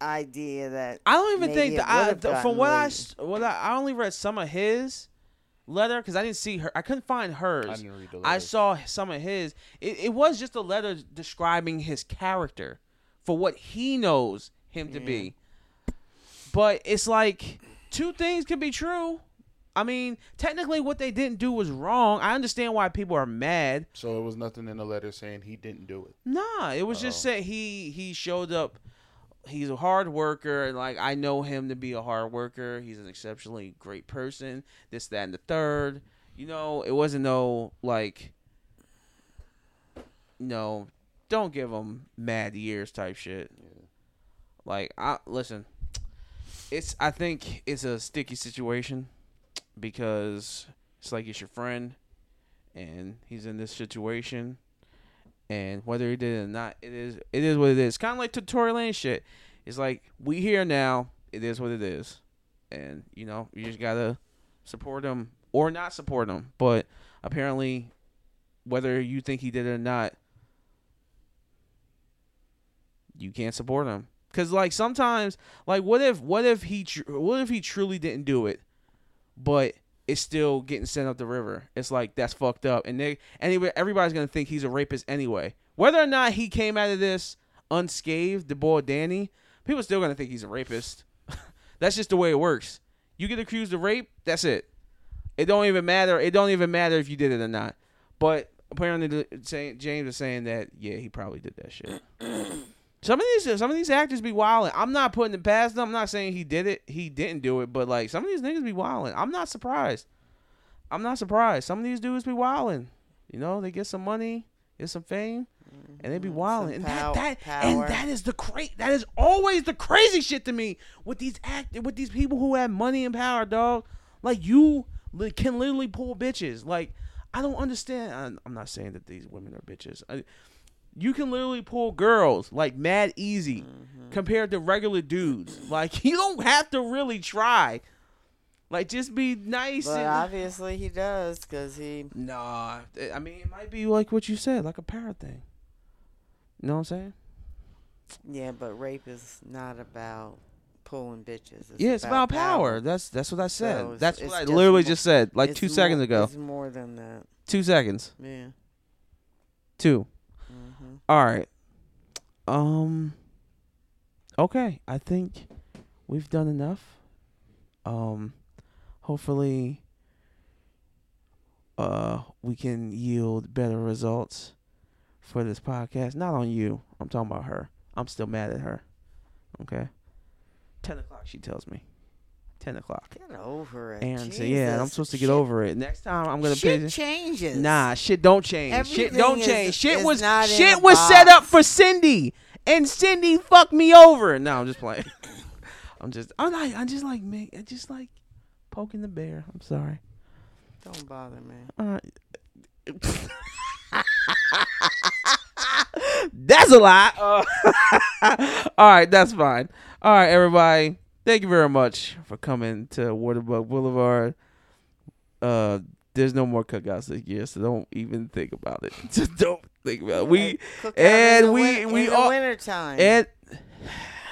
B: idea that
A: I don't even
B: maybe
A: think
B: it
A: that I,
B: would've
A: th- from
B: gotten
A: what I
B: leaked.
A: s- what I, I only read some of his letter because I didn't see her. I couldn't find hers. I,
E: didn't read the
A: I
E: letter.
A: saw some of his. It, it was just a letter describing his character for what he knows him to be. But it's like two things could be true. I mean, technically, what they didn't do was wrong. I understand why people are mad.
E: So there was nothing in the letter saying he didn't do it.
A: Nah, it was just saying he he showed up. He's a hard worker, and like I know him to be a hard worker. He's an exceptionally great person. This, that, and the third. You know, it wasn't no like, no, don't give him mad years type shit. Like I listen, it's I think it's a sticky situation because it's like it's your friend, and he's in this situation and whether he did it or not, it is it is what it is. Kind of like the Tory Lane shit. It's like we here now. It is what it is, and you know you just gotta support him or not support him. But apparently, whether you think he did it or not, you can't support him. Cause like sometimes, like what if what if he tr- what if he truly didn't do it, but it's still getting sent up the river. It's like that's fucked up, and they anyway everybody's gonna think he's a rapist anyway, whether or not he came out of this unscathed. The boy Danny, people still gonna think he's a rapist. <laughs> that's just the way it works. You get accused of rape, that's it. It don't even matter. It don't even matter if you did it or not. But apparently, the, saying, James is saying that yeah, he probably did that shit. Some of these some of these actors be wilding. I'm not putting it past them. I'm not saying he did it. He didn't do it, but like some of these niggas be wilding. I'm not surprised. I'm not surprised. Some of these dudes be wilding. You know, they get some money, get some fame, and they be wilding. And
B: Mm-hmm. pow-
A: that, that
B: power.
A: and that is the great. That is always the crazy shit to me with these act with these people who have money and power, dog. Like you li- can literally pull bitches. Like I don't understand. I'm- I'm not saying that these women are bitches. I, you can literally pull girls like mad easy
B: Mm-hmm.
A: compared to regular dudes. Like <laughs> you don't have to really try. Like just be nice.
B: But
A: and-
B: obviously he does because he.
A: Nah, I mean it might be like what you said, like a power thing. You know what I'm saying?
B: Yeah, but rape is not about pulling bitches.
A: yeah, it's about, power. That's that's what I said.
B: So it's-
A: that's
B: it's
A: what I
B: just
A: literally
B: mo-
A: just said, like
B: it's
A: two
B: more-
A: seconds ago.
B: It's more than that.
A: Two seconds.
B: Yeah.
A: Two. All right. Um. Okay, I think we've done enough. Um, hopefully, uh, we can yield better results for this podcast. Not on you. I'm talking about her. I'm still mad at her. Okay. Ten o'clock. She tells me. Ten o'clock.
B: Get over it.
A: And so yeah, and I'm
B: Jesus.
A: supposed to get over it. Next time I'm gonna
B: Shit
A: pay-
B: changes.
A: Nah, shit don't change. shit don't
B: Everything is-
A: change. Shit
B: is
A: was
B: not in
A: shit
B: a
A: was set up
B: box.
A: for Cindy, and Cindy fucked me over. No, I'm just playing. <laughs> I'm just I'm like I just like make I just like poking the bear. I'm sorry.
B: Don't bother, man.
A: Uh, <laughs> that's a lie. <laughs> Uh, all right, that's fine. All right, everybody. Thank you very much for coming to Waterbug Boulevard. Uh, there's no more cookouts this year, so don't even think about it. <laughs> Just don't think about it. We
B: Cook out in
A: and
B: the
A: we
B: win-
A: we
B: in the
A: all
B: wintertime.
A: and <sighs>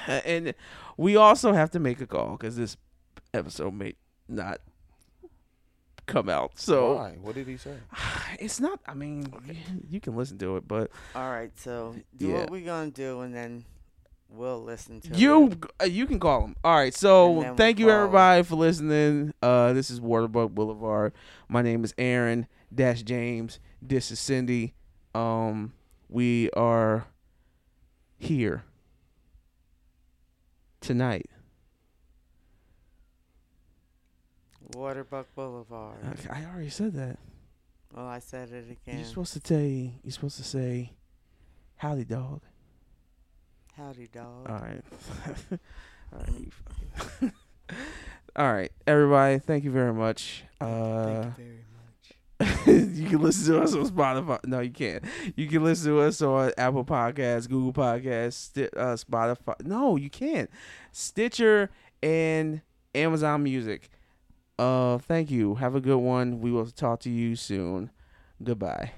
A: and we also have to make a call because this episode may not come out. So
E: Why? What did he say?
A: <sighs> it's not. I mean, you can listen to it, but
B: All right, so do
A: Yeah.
B: what we gonna do, and then we'll listen to
A: you
B: It.
A: uh, you can call them. All right.
B: And
A: So
B: then we'll
A: thank you
B: call 'em.
A: everybody for listening. Uh, this is Waterbug Boulevard. My name is Aaron Dash James. This is Cindy. Um, we are here tonight?
B: Waterbuck Boulevard.
A: Okay, I already said that.
B: Well, I said it again.
A: You're supposed to say. You're supposed to say, "Howdy, dog."
B: Howdy, dog.
A: All right. <laughs> All right. you fucking- <laughs> All right, everybody. Thank you very much. Uh,
B: Thank you very
A: <laughs>
B: much.
A: you can listen to us on Spotify. No, you can't. You can listen to us on Apple Podcasts, Google Podcasts, Sti- uh, Spotify. No, you can't. Stitcher and Amazon Music. Uh, thank you. Have a good one. We will talk to you soon. Goodbye.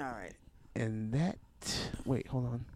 B: All right.
A: And that. Wait, hold on.